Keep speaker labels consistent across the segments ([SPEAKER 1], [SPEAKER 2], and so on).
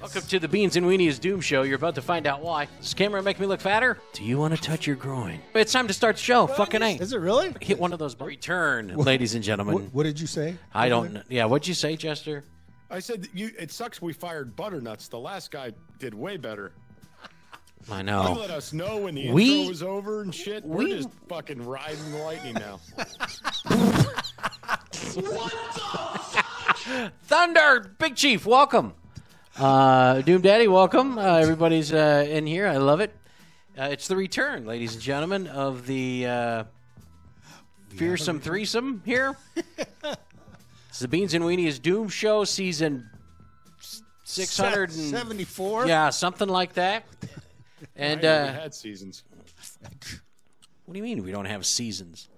[SPEAKER 1] Welcome to the Beans and Weenies Doom Show. You're about to find out why. Does this camera make me look fatter? Do you want to touch your groin? It's time to start the show. Fucking ain't.
[SPEAKER 2] Is it really?
[SPEAKER 1] Hit one of those. bu- Return, ladies and gentlemen.
[SPEAKER 2] What, what did you say?
[SPEAKER 1] I don't. kn- Yeah, what'd you say, Chester?
[SPEAKER 3] I said you, it sucks we fired Butternuts. The last guy did way better.
[SPEAKER 1] I
[SPEAKER 3] He
[SPEAKER 1] know.
[SPEAKER 3] let us know when the
[SPEAKER 1] We-
[SPEAKER 3] intro was over and shit. We're
[SPEAKER 1] we-
[SPEAKER 3] just fucking riding the lightning now.
[SPEAKER 1] Thunder, Big Chief, welcome. Uh, Doom Daddy, welcome. Uh, everybody's uh, in here. I love it. Uh, it's the return, ladies and gentlemen, of the uh, fearsome threesome here. it's the Beans and Weenies Doom Show, season six hundred and
[SPEAKER 2] 74?
[SPEAKER 1] yeah, something like that. And
[SPEAKER 3] I never
[SPEAKER 1] uh,
[SPEAKER 3] had seasons.
[SPEAKER 1] what do you mean we don't have seasons?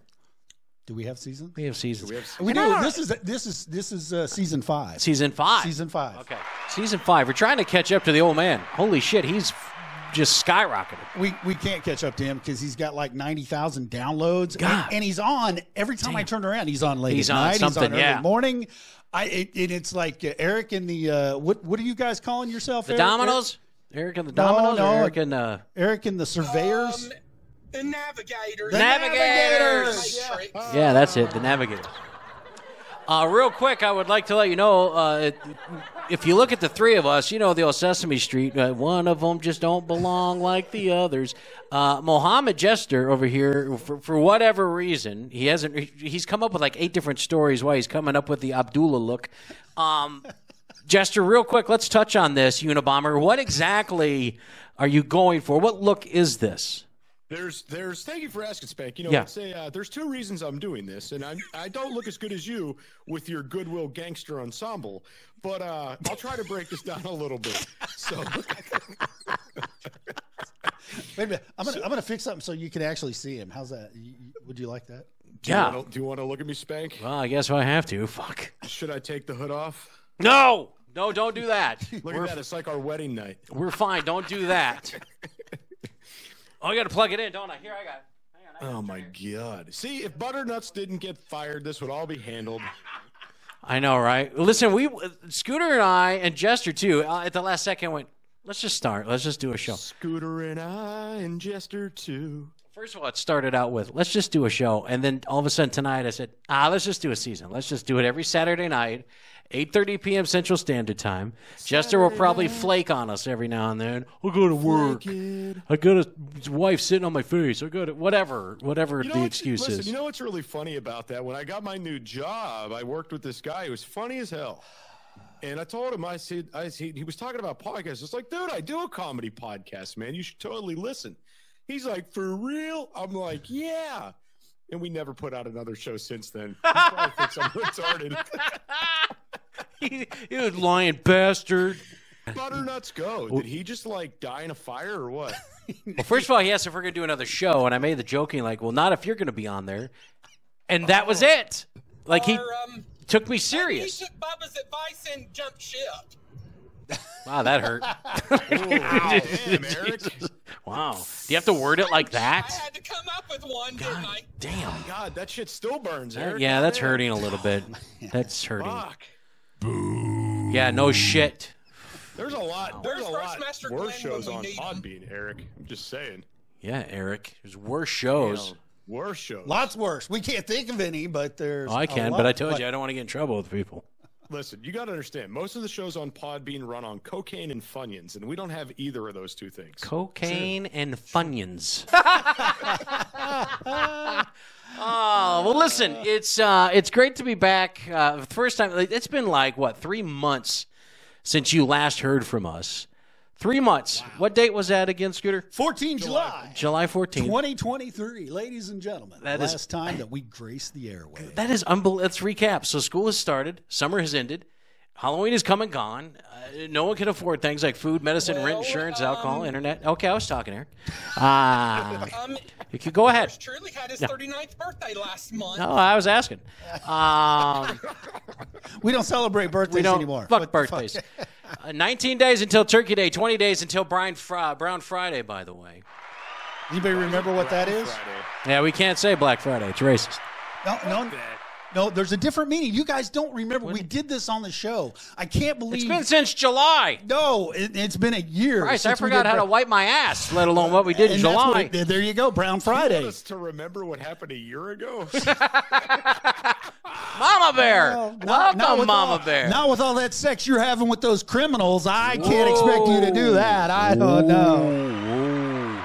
[SPEAKER 2] Do we have season?
[SPEAKER 1] We have seasons.
[SPEAKER 3] We have
[SPEAKER 2] We
[SPEAKER 1] And
[SPEAKER 2] do.
[SPEAKER 1] I don't-
[SPEAKER 2] This is this is this is uh, season five.
[SPEAKER 1] season five.
[SPEAKER 2] Season five.
[SPEAKER 1] Okay. Season five. We're trying to catch up to the old man. Holy shit, he's f- just skyrocketed.
[SPEAKER 2] We we can't catch up to him because he's got like ninety thousand downloads.
[SPEAKER 1] God.
[SPEAKER 2] And, and he's on every time I turn around. He's on late
[SPEAKER 1] He's
[SPEAKER 2] at
[SPEAKER 1] on
[SPEAKER 2] night.
[SPEAKER 1] something,
[SPEAKER 2] he's on
[SPEAKER 1] yeah.
[SPEAKER 2] early morning. I it, and it's like uh, Eric and the uh, what what are you guys calling yourself?
[SPEAKER 1] The
[SPEAKER 2] Eric?
[SPEAKER 1] Dominoes? Eric and the
[SPEAKER 2] No,
[SPEAKER 1] Dominoes?
[SPEAKER 2] no.
[SPEAKER 1] Or Eric and uh,
[SPEAKER 2] Eric, Eric and the
[SPEAKER 1] Um,
[SPEAKER 2] surveyors.
[SPEAKER 4] Um, The Navigators.
[SPEAKER 2] The
[SPEAKER 1] Navigators! Yeah, that's it. The Navigator. Uh, real quick, I would like to let you know uh, it, if you look at the three of us, you know the old Sesame Street. Uh, one of them just don't belong like the others. Uh, Mohammed Jester over here, for, for whatever reason, he hasn't. he- He's come up with like eight different stories why he's coming up with the Abdullah look. Um, Jester, real quick, let's touch on this Unabomber. What exactly are you going for? What look is this?
[SPEAKER 3] There's, there's. Thank you for asking, Spank. You know,
[SPEAKER 1] Yeah.
[SPEAKER 3] it's a, uh, there's two reasons I'm doing this, and I'm, I don't look as good as you with your Goodwill Gangster ensemble, but uh, I'll try to break this down a little bit. So,
[SPEAKER 2] Wait a minute. I'm gonna I'm gonna fix something so you can actually see him. How's that? You- you- would you like that?
[SPEAKER 1] Yeah.
[SPEAKER 3] do you wanna- do you want to look at me, Spank?
[SPEAKER 1] Well, I guess I have to. Fuck.
[SPEAKER 3] Should I take the hood off?
[SPEAKER 1] No, no, don't do that.
[SPEAKER 3] Look at that. It's like our wedding night.
[SPEAKER 1] We're fine. Don't do that. oh, I got to plug it in, don't I? Here, I got. It.
[SPEAKER 3] Oh my god. See, if Butternuts didn't get fired, this would all be handled.
[SPEAKER 1] I know, right? Listen, we Scooter and I and Jester too. Uh, at the last second, went. Let's just start. Let's just do a show.
[SPEAKER 3] Scooter and I and Jester too.
[SPEAKER 1] First of all, it started out with let's just do a show, and then all of a sudden tonight, I said, ah, let's just do a season. Let's just do it every Saturday night, 8:30 p.m. Central Standard Time. Jester will probably flake on us every now and then. We'll go to work.
[SPEAKER 3] Kid.
[SPEAKER 1] I got a wife sitting on my face. I got it. Whatever, whatever
[SPEAKER 3] You know
[SPEAKER 1] the
[SPEAKER 3] what's-
[SPEAKER 1] excuse
[SPEAKER 3] listen,
[SPEAKER 1] is.
[SPEAKER 3] You know what's really funny about that? When I got my new job, I worked with this guy who was funny as hell. And I told him, I said, I said, he was talking about podcasts. It's like, dude, I do a comedy podcast, man. You should totally listen. He's like, for real? I'm like, yeah. And we never put out another show since then. He probably thinks I'm retarded.
[SPEAKER 1] you, lying bastard.
[SPEAKER 3] Butternuts go. Did he just like die in a fire or what?
[SPEAKER 1] Well, first of all, he asked if we're going to do another show, and I made the joking like, well, not if you're going to be on there. And that
[SPEAKER 3] Oh.
[SPEAKER 1] was it. Like, he
[SPEAKER 4] um,
[SPEAKER 1] took me
[SPEAKER 4] he
[SPEAKER 1] serious.
[SPEAKER 4] took Bubba's advice and jumped ship.
[SPEAKER 1] Wow, that hurt.
[SPEAKER 3] Wow, damn, Eric.
[SPEAKER 1] wow. Do you have to word it like
[SPEAKER 4] I
[SPEAKER 1] that?
[SPEAKER 4] had to come up with one, didn't I?
[SPEAKER 1] Damn.
[SPEAKER 3] God, that shit still burns, Eric.
[SPEAKER 1] Yeah, that's
[SPEAKER 3] Damn.
[SPEAKER 1] hurting a little bit. That's hurting.
[SPEAKER 3] Fuck.
[SPEAKER 1] Yeah, no shit.
[SPEAKER 3] There's a lot. There's
[SPEAKER 4] Where's
[SPEAKER 3] a lot
[SPEAKER 4] Roastmaster Glenn
[SPEAKER 3] worse
[SPEAKER 4] when
[SPEAKER 3] shows
[SPEAKER 4] we
[SPEAKER 3] on
[SPEAKER 4] need him?
[SPEAKER 3] Podbean, Eric. I'm just saying.
[SPEAKER 1] Yeah, Eric. There's worse
[SPEAKER 3] You
[SPEAKER 1] shows.
[SPEAKER 3] know, worse shows.
[SPEAKER 2] Lots worse. We can't think of any, but there's.
[SPEAKER 1] Oh, I can,
[SPEAKER 2] a
[SPEAKER 1] but I
[SPEAKER 2] lot.
[SPEAKER 1] told
[SPEAKER 2] Like,
[SPEAKER 1] you I don't want to get in trouble with people.
[SPEAKER 3] Listen, you got to understand. Most of the shows on Podbean run on cocaine and Funyuns, and we don't have either of those two things.
[SPEAKER 1] Cocaine and Funyuns. Oh well, listen, it's uh, it's great to be back. Uh, the first time like, it's been like what three months since you last heard from us. Three months. What date was that again, Scooter?
[SPEAKER 2] 14 July.
[SPEAKER 1] July fourteenth.
[SPEAKER 2] 2023, ladies and gentlemen.
[SPEAKER 1] That is-
[SPEAKER 2] last time that we graced the airway.
[SPEAKER 1] That is unbelievable. Let's recap. So school has started. Summer has ended. Halloween has come and gone. Uh, no one can afford things like food, medicine, rent,
[SPEAKER 4] Well,
[SPEAKER 1] insurance,
[SPEAKER 4] um,
[SPEAKER 1] alcohol, internet. Okay, I was talking here. Ah,
[SPEAKER 4] Um,
[SPEAKER 1] you could go ahead.
[SPEAKER 4] yours truly had his 39th birthday last month.
[SPEAKER 1] No, I was asking. Um,
[SPEAKER 2] We don't celebrate birthdays
[SPEAKER 1] we don't
[SPEAKER 2] anymore.
[SPEAKER 1] fuck
[SPEAKER 2] What the
[SPEAKER 1] birthdays. Uh, 19 days until Turkey Day. 20 days until Brian Fr- Brown Friday. By the way,
[SPEAKER 2] Anybody remember what that is?
[SPEAKER 3] Friday.
[SPEAKER 1] yeah, we can't say Black Friday. It's racist.
[SPEAKER 2] No, no, No, there's a different meaning. You guys don't remember. We did this on the show. I can't believe.
[SPEAKER 1] It's been since July.
[SPEAKER 2] no, it, it's been a year.
[SPEAKER 1] Christ, I
[SPEAKER 2] since we
[SPEAKER 1] forgot
[SPEAKER 2] did
[SPEAKER 1] how to
[SPEAKER 2] Bra-
[SPEAKER 1] wipe my ass, let alone what we did in
[SPEAKER 2] And that's what
[SPEAKER 1] July.
[SPEAKER 2] it- there you go, Brown
[SPEAKER 3] You
[SPEAKER 2] Friday.
[SPEAKER 3] want us to remember what happened a year ago?
[SPEAKER 1] Mama Bear.
[SPEAKER 2] Well,
[SPEAKER 1] Welcome,
[SPEAKER 2] with
[SPEAKER 1] Mama
[SPEAKER 2] all,
[SPEAKER 1] Bear.
[SPEAKER 2] Not with all that sex you're having with those criminals. I can't expect you to do that. I oh, don't know.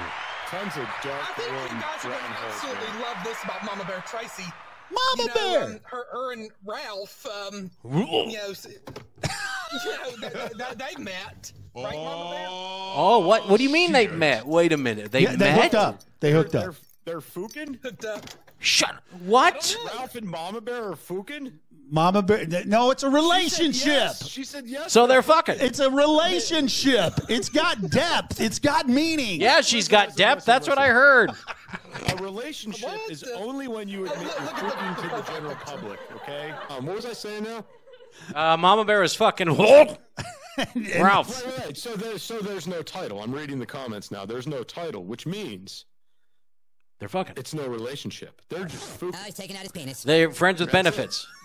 [SPEAKER 3] Tons of dark.
[SPEAKER 4] I think
[SPEAKER 3] room
[SPEAKER 4] you guys are going
[SPEAKER 3] brown
[SPEAKER 4] to
[SPEAKER 3] holes,
[SPEAKER 4] absolutely
[SPEAKER 3] man.
[SPEAKER 4] love this about Mama Bear Tracy.
[SPEAKER 2] Mama
[SPEAKER 4] You know,
[SPEAKER 2] Bear.
[SPEAKER 4] um, her, her and Ralph, um, you know, s- you know they, they, they met. Right, Mama Bear?
[SPEAKER 1] Oh, what? What do you mean they met? Wait a minute. They
[SPEAKER 2] Yeah,
[SPEAKER 1] met?
[SPEAKER 2] they hooked up. They hooked
[SPEAKER 3] They're,
[SPEAKER 2] up.
[SPEAKER 3] they're fuking.
[SPEAKER 4] Hooked up.
[SPEAKER 1] Shut. What?
[SPEAKER 3] Ralph and Mama Bear are fuking.
[SPEAKER 2] Mama Bear. No, it's a relationship.
[SPEAKER 3] She said yes.
[SPEAKER 1] So they're fucking.
[SPEAKER 2] It's a relationship. It's got depth. It's got meaning.
[SPEAKER 1] Yeah, she's got depth. That's what I heard.
[SPEAKER 3] A relationship
[SPEAKER 4] What
[SPEAKER 3] is
[SPEAKER 4] the-
[SPEAKER 3] only when you admit you're fucking to the general public. Okay. Um, what was I saying now?
[SPEAKER 1] Uh, Mama Bear is fucking. Ralph.
[SPEAKER 3] Right, right, right. So there's so there's no title. I'm reading the comments now. There's no title, which means
[SPEAKER 1] They're fucking.
[SPEAKER 3] it's no relationship. They're just fuking.
[SPEAKER 5] Oh, he's taking out his penis.
[SPEAKER 1] They're friends with benefits.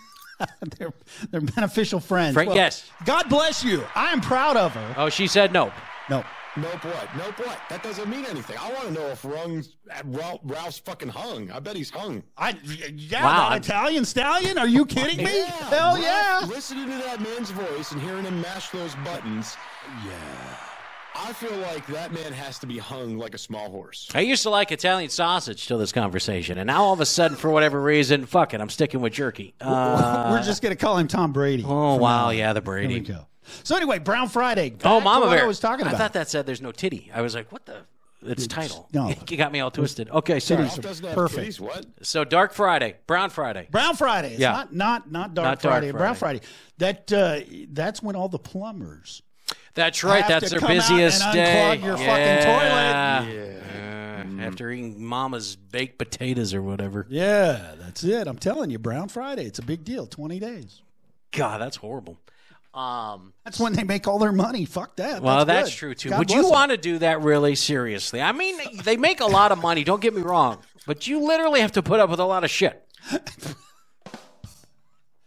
[SPEAKER 2] They're, they're beneficial friends.
[SPEAKER 1] Frank Guest.
[SPEAKER 2] God bless you. I am proud of her.
[SPEAKER 1] Oh, she said no.
[SPEAKER 2] No.
[SPEAKER 3] Nope what? Nope what? That doesn't mean anything. I want to know if Rung's, Ralph, Ralph's fucking hung. I bet he's hung.
[SPEAKER 2] I yeah,
[SPEAKER 1] Wow.
[SPEAKER 2] that Italian stallion? Are you kidding me? Hell
[SPEAKER 3] Ralph,
[SPEAKER 2] yeah.
[SPEAKER 3] Listening to that man's voice and hearing him mash those buttons. Yeah. I feel like that man has to be hung like a small horse.
[SPEAKER 1] I used to like Italian sausage till this conversation, and now all of a sudden, for whatever reason, fuck it, I'm sticking with jerky.
[SPEAKER 2] Oh,
[SPEAKER 1] Uh,
[SPEAKER 2] We're just gonna call him Tom Brady.
[SPEAKER 1] oh
[SPEAKER 2] from
[SPEAKER 1] wow,
[SPEAKER 2] now on.
[SPEAKER 1] yeah, the
[SPEAKER 2] There we
[SPEAKER 1] Brady.
[SPEAKER 2] go. So anyway, Brown Friday. Back
[SPEAKER 1] Oh,
[SPEAKER 2] to
[SPEAKER 1] Mama
[SPEAKER 2] what
[SPEAKER 1] Bear.
[SPEAKER 2] I was talking about.
[SPEAKER 1] I thought that said there's no titty. I was like, what the? It's title.
[SPEAKER 2] no.
[SPEAKER 1] you got me all twisted. Okay, sorry.
[SPEAKER 3] Ralph doesn't have
[SPEAKER 2] Perfect.
[SPEAKER 3] titties, What?
[SPEAKER 1] So Dark Friday, Brown Friday.
[SPEAKER 2] Brown Friday. It's
[SPEAKER 1] Yeah.
[SPEAKER 2] not not not Dark
[SPEAKER 1] Not Dark
[SPEAKER 2] Friday. Brown Friday. That uh, that's when all the plumbers
[SPEAKER 1] That's right.
[SPEAKER 2] have
[SPEAKER 1] That's
[SPEAKER 2] to
[SPEAKER 1] their
[SPEAKER 2] come out
[SPEAKER 1] busiest
[SPEAKER 2] and
[SPEAKER 1] day.
[SPEAKER 2] unclog your fucking
[SPEAKER 1] yeah. Uh, after eating Mama's baked potatoes or whatever.
[SPEAKER 2] Yeah, that's it. I'm telling you, Brown Friday. It's a big deal. Twenty days.
[SPEAKER 1] God, that's horrible. Um,
[SPEAKER 2] That's when they make all their money. Fuck that.
[SPEAKER 1] Well, Oh, that's,
[SPEAKER 2] good.
[SPEAKER 1] true too.
[SPEAKER 2] God
[SPEAKER 1] Would
[SPEAKER 2] bless
[SPEAKER 1] you
[SPEAKER 2] 'em.
[SPEAKER 1] want to do that really seriously? I mean, they make a lot of money. Don't get me wrong, but you literally have to put up with a lot of shit.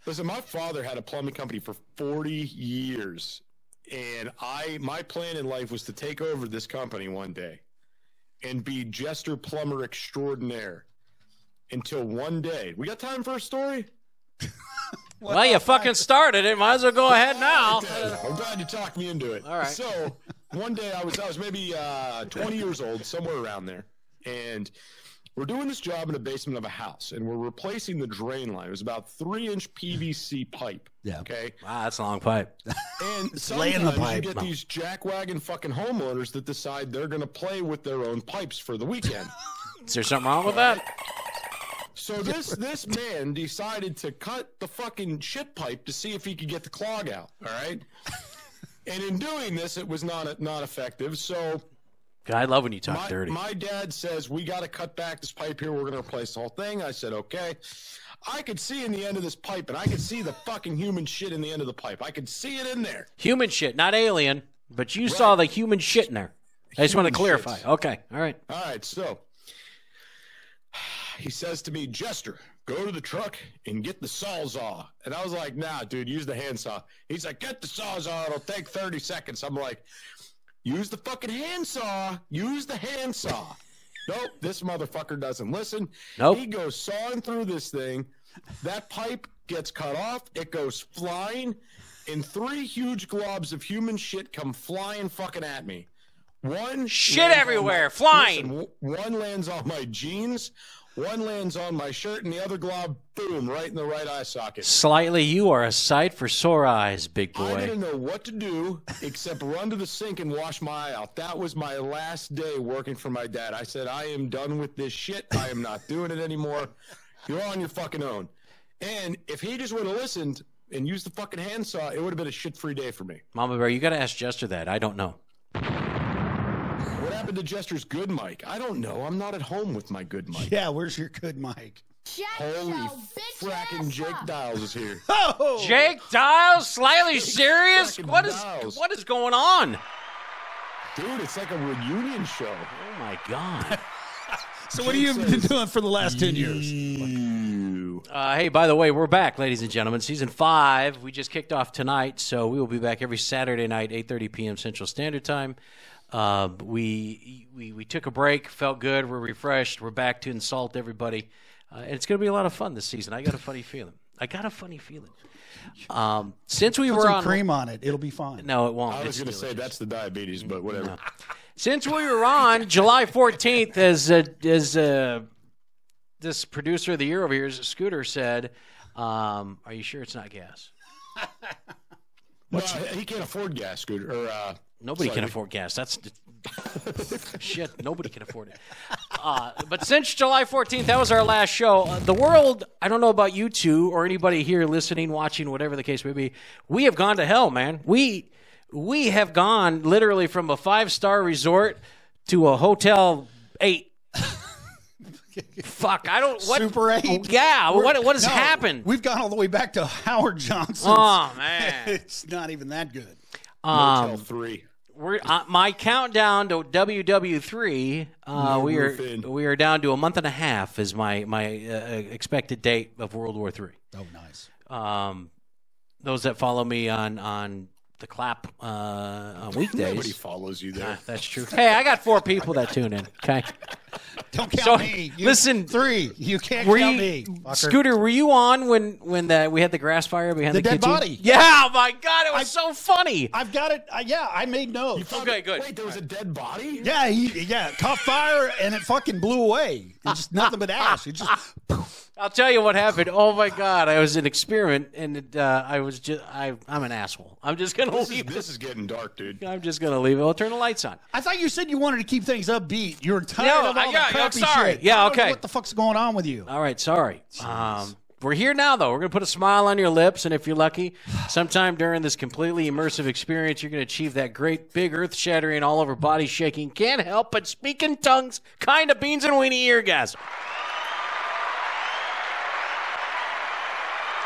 [SPEAKER 3] Listen, my father had a plumbing company for 40 years, and I my plan in life was to take over this company one day and be Jester Plumber Extraordinaire until one day. We got time for a story?
[SPEAKER 1] well, you fucking started it. Might as well go ahead now.
[SPEAKER 3] I'm glad you talked me into it.
[SPEAKER 1] All right.
[SPEAKER 3] So one day I was I was maybe uh, 20 years old, somewhere around there, and we're doing this job in the basement of a house, and we're replacing the drain line. It was about three inch PVC pipe.
[SPEAKER 2] Yeah.
[SPEAKER 3] Okay.
[SPEAKER 1] Wow, Ah, that's a long pipe.
[SPEAKER 3] And
[SPEAKER 2] lay in
[SPEAKER 3] sometimes
[SPEAKER 2] the
[SPEAKER 3] you
[SPEAKER 2] pipe.
[SPEAKER 3] get these jackwagon fucking homeowners that decide they're going to play with their own pipes for the weekend.
[SPEAKER 1] Is there something wrong with that?
[SPEAKER 3] so this this man decided to cut the fucking shit pipe to see if he could get the clog out. All right. And in doing this, it was not not effective. So
[SPEAKER 1] God, I love when you talk
[SPEAKER 3] my,
[SPEAKER 1] dirty.
[SPEAKER 3] my dad says we got to cut back this pipe here. We're going to replace the whole thing. I said okay. I could see in the end of this pipe, and I could see the fucking human shit in the end of the pipe. I could see it in there.
[SPEAKER 1] human shit, not alien. But you saw the human shit in there. I just want to
[SPEAKER 3] Human shit.
[SPEAKER 1] clarify. Okay, all right.
[SPEAKER 3] All right, so he says to me, Jester, go to the truck and get the sawzaw. And I was like, nah, dude, use the handsaw. He's like, get the sawzaw. It'll take 30 seconds. I'm like, use the fucking handsaw. Use the handsaw. nope, this motherfucker doesn't listen.
[SPEAKER 1] Nope.
[SPEAKER 3] He goes sawing through this thing. That pipe gets cut off. It goes flying. And three huge globs of human shit come flying fucking at me. One
[SPEAKER 1] Shit
[SPEAKER 3] lands on
[SPEAKER 1] everywhere,
[SPEAKER 3] my-
[SPEAKER 1] flying.
[SPEAKER 3] listen, w- one lands on my jeans, one lands on my shirt, and the other glob, boom, right in the right eye socket.
[SPEAKER 1] Slightly, you are a sight for sore eyes, big
[SPEAKER 3] I
[SPEAKER 1] boy.
[SPEAKER 3] didn't know what to do except run to the sink and wash my eye out. That was my last day working for my dad. I said, I am done with this shit. I am not doing it anymore. You're on your fucking own. And if he just would have listened and used the fucking handsaw, it would have been a shit free day for me.
[SPEAKER 1] Mama Bear, you got to ask Jester that. I don't know.
[SPEAKER 3] What happened to Jester's good mic? I don't know. I'm not at home with my good mic.
[SPEAKER 2] Yeah, where's your good mic?
[SPEAKER 3] Holy fracking Jake Dials is here.
[SPEAKER 2] Oh,
[SPEAKER 1] Jake Dials, slightly serious.
[SPEAKER 3] fucking
[SPEAKER 1] What is
[SPEAKER 3] Dials.
[SPEAKER 1] what is going on?
[SPEAKER 3] Dude, it's like a reunion show.
[SPEAKER 1] Oh my god!
[SPEAKER 2] so what have you been doing for the last ten years?
[SPEAKER 3] You you.
[SPEAKER 1] Uh, hey, by the way, we're back, ladies and gentlemen. Season five. We just kicked off tonight, so we will be back every Saturday night, 8:30 p.m. Central Standard Time. Uh, we, we we took a break, felt good, we're refreshed, we're back to insult everybody. Uh, and it's going to be a lot of fun this season. I got a funny feeling. I got a funny feeling. Um, since we
[SPEAKER 2] Put
[SPEAKER 1] were
[SPEAKER 2] some
[SPEAKER 1] on
[SPEAKER 2] cream on it. It'll be fine.
[SPEAKER 1] no, it won't.
[SPEAKER 3] I was
[SPEAKER 1] It's
[SPEAKER 3] going to say
[SPEAKER 1] delicious.
[SPEAKER 3] that's the diabetes, but whatever.
[SPEAKER 1] Since we were on July 14th, as uh, as uh, this producer of the year over here, Scooter said, um, "Are you sure it's not gas?
[SPEAKER 3] Uh, he can't afford gas, Scooter. Or, uh,
[SPEAKER 1] Nobody can
[SPEAKER 3] Sorry.
[SPEAKER 1] afford gas. That's shit. Nobody can afford it. Uh, but since July 14th, that was our last show. Uh, the world. I don't know about you two or anybody here listening, watching, whatever the case may be. We have gone to hell, man. We we have gone literally from a five star resort to a hotel eight. Fuck, I don't what
[SPEAKER 2] Super eight.
[SPEAKER 1] Yeah, what what has
[SPEAKER 2] No,
[SPEAKER 1] happened?
[SPEAKER 2] We've gone all the way back to Howard Johnson.
[SPEAKER 1] oh man,
[SPEAKER 2] it's not even that good.
[SPEAKER 3] Motel
[SPEAKER 1] Um,
[SPEAKER 3] 3.
[SPEAKER 1] we're uh, my countdown to WW three. Uh, we are
[SPEAKER 3] Ruthin.
[SPEAKER 1] we are down to a month and a half is my my uh, expected date of World War three.
[SPEAKER 2] Oh, nice.
[SPEAKER 1] Um, those that follow me on on the clap uh, on
[SPEAKER 3] Nobody
[SPEAKER 1] weekdays.
[SPEAKER 3] follows you there.
[SPEAKER 1] Ah, That's true. Hey, I got four people that tune in. Okay,
[SPEAKER 2] Don't count
[SPEAKER 1] So,
[SPEAKER 2] me. You-
[SPEAKER 1] listen,
[SPEAKER 2] three. You can't
[SPEAKER 1] were
[SPEAKER 2] count
[SPEAKER 1] you
[SPEAKER 2] me. fucker.
[SPEAKER 1] Scooter? Were you on when when the, we had the grass fire behind the,
[SPEAKER 2] The dead
[SPEAKER 1] kitchen?
[SPEAKER 2] body.
[SPEAKER 1] Yeah, oh my God, it was so funny.
[SPEAKER 2] I've got it. Uh, yeah, I made notes.
[SPEAKER 1] Okay, good.
[SPEAKER 3] Wait, there was a dead body?
[SPEAKER 2] Yeah, he, yeah, caught fire and it fucking blew away. It's just nothing but ash. It just
[SPEAKER 1] I'll tell you what happened. Oh my God! I was an experiment, and it, uh, I was just—I'm an asshole. I'm just gonna
[SPEAKER 3] This is,
[SPEAKER 1] leave.
[SPEAKER 3] this is getting dark, dude.
[SPEAKER 1] I'm just gonna leave it. I'll turn the lights on.
[SPEAKER 2] I thought you said you wanted to keep things upbeat. You're tired
[SPEAKER 1] No,
[SPEAKER 2] of all
[SPEAKER 1] I- yeah,
[SPEAKER 2] the
[SPEAKER 1] yeah, I'm
[SPEAKER 2] crappy
[SPEAKER 1] sorry.
[SPEAKER 2] shit.
[SPEAKER 1] Yeah,
[SPEAKER 2] I don't know
[SPEAKER 1] okay.
[SPEAKER 2] What the fuck's going on with you?
[SPEAKER 1] All right, sorry. Um, we're here now, though. We're gonna put a smile on your lips, and if you're lucky, sometime during this completely immersive experience, you're gonna achieve that great, big, earth-shattering, all over body shaking, can't help but speak in tongues, kind of beans and weenie orgasm.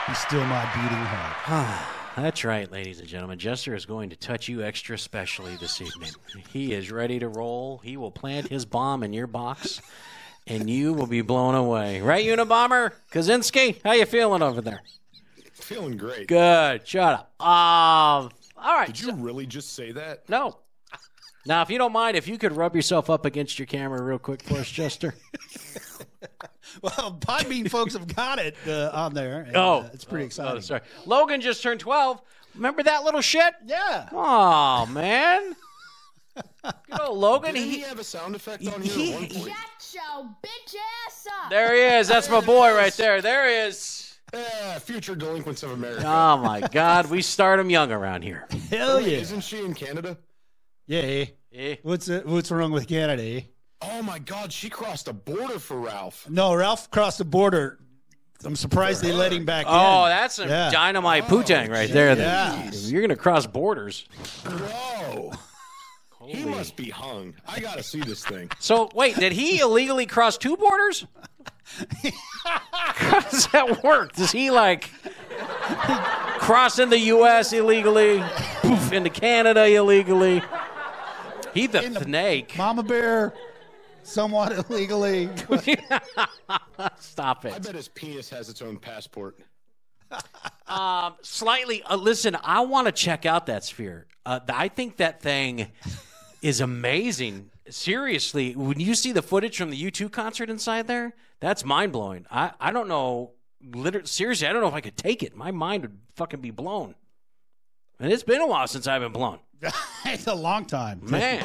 [SPEAKER 2] He's still my beating heart.
[SPEAKER 1] That's right, ladies and gentlemen. Jester is going to touch you extra specially this evening. He is ready to roll. He will plant his bomb in your box, and you will be blown away. Right, Unabomber Kaczynski? How you feeling over there?
[SPEAKER 3] Feeling great.
[SPEAKER 1] Good. Shut up. Um. All right.
[SPEAKER 3] Did you really just say that?
[SPEAKER 1] No. Now, if you don't mind, if you could rub yourself up against your camera real quick for us, Jester.
[SPEAKER 2] Well, Podbean folks have got it uh, on there. and,
[SPEAKER 1] Oh.
[SPEAKER 2] uh, it's pretty exciting.
[SPEAKER 1] Oh, sorry. Logan just turned twelve. Remember that little shit?
[SPEAKER 2] Yeah,
[SPEAKER 1] Oh man. Good old Logan.
[SPEAKER 3] Didn't
[SPEAKER 1] He,
[SPEAKER 3] he have a sound effect on
[SPEAKER 1] he-
[SPEAKER 3] here at one point?
[SPEAKER 5] Shut your bitch ass up!
[SPEAKER 1] There he is. That's my boy right there. There he is.
[SPEAKER 3] Yeah, future delinquents of America.
[SPEAKER 1] Oh my God, we start him young around here.
[SPEAKER 2] hell yeah,
[SPEAKER 3] Isn't she in Canada?
[SPEAKER 2] yeah.
[SPEAKER 1] Eh.
[SPEAKER 2] What's uh, what's wrong with Canada?
[SPEAKER 3] Oh my God, she crossed a border for Ralph.
[SPEAKER 2] No, Ralph crossed the border. I'm surprised they let him back in.
[SPEAKER 1] Oh, that's a
[SPEAKER 2] Yeah. Oh,
[SPEAKER 1] dynamite putang right there. then.
[SPEAKER 2] Yeah.
[SPEAKER 1] You're gonna cross borders.
[SPEAKER 3] Whoa. He must be hung. I gotta see this thing.
[SPEAKER 1] So wait, did he illegally cross two borders? How does that work? Does he like cross in the U.S. illegally, poof into Canada illegally? He the
[SPEAKER 2] In the-
[SPEAKER 1] snake.
[SPEAKER 2] Mama Bear, somewhat illegally.
[SPEAKER 1] Stop
[SPEAKER 3] I
[SPEAKER 1] it.
[SPEAKER 3] bet his penis has its own passport.
[SPEAKER 1] slightly uh, listen i want to check out that sphere uh, th- i think that thing is amazing seriously when you see the footage from the u2 concert inside there that's mind-blowing i, I don't know liter- seriously i don't know if i could take it my mind would fucking be blown and it's been a while since i've been blown
[SPEAKER 2] it's a long time.
[SPEAKER 1] man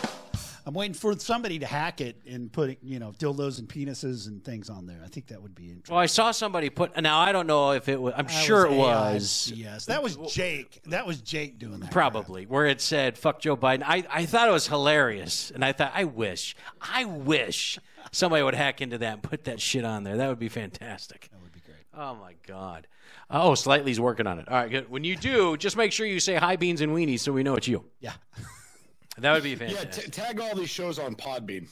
[SPEAKER 2] I'm waiting for somebody to hack it and put, you know, dildos and penises and things on there. I think that would be interesting.
[SPEAKER 1] well i saw somebody put now i don't know if it was i'm sure it was
[SPEAKER 2] Yes, that was Jake. That was Jake doing that.
[SPEAKER 1] Probably, where it said "fuck Joe Biden." I, I thought it was hilarious, and I thought, I wish, I wish somebody would hack into that and put that shit on there. That would be fantastic. That would be great. Oh my god. Oh, Slightly's working on it. All right, good. When you do, just make sure you say "hi beans and weenies" so we know it's you.
[SPEAKER 2] crap.
[SPEAKER 1] That would be
[SPEAKER 3] Yeah,
[SPEAKER 1] fantastic.
[SPEAKER 3] t- tag all these shows on Podbean.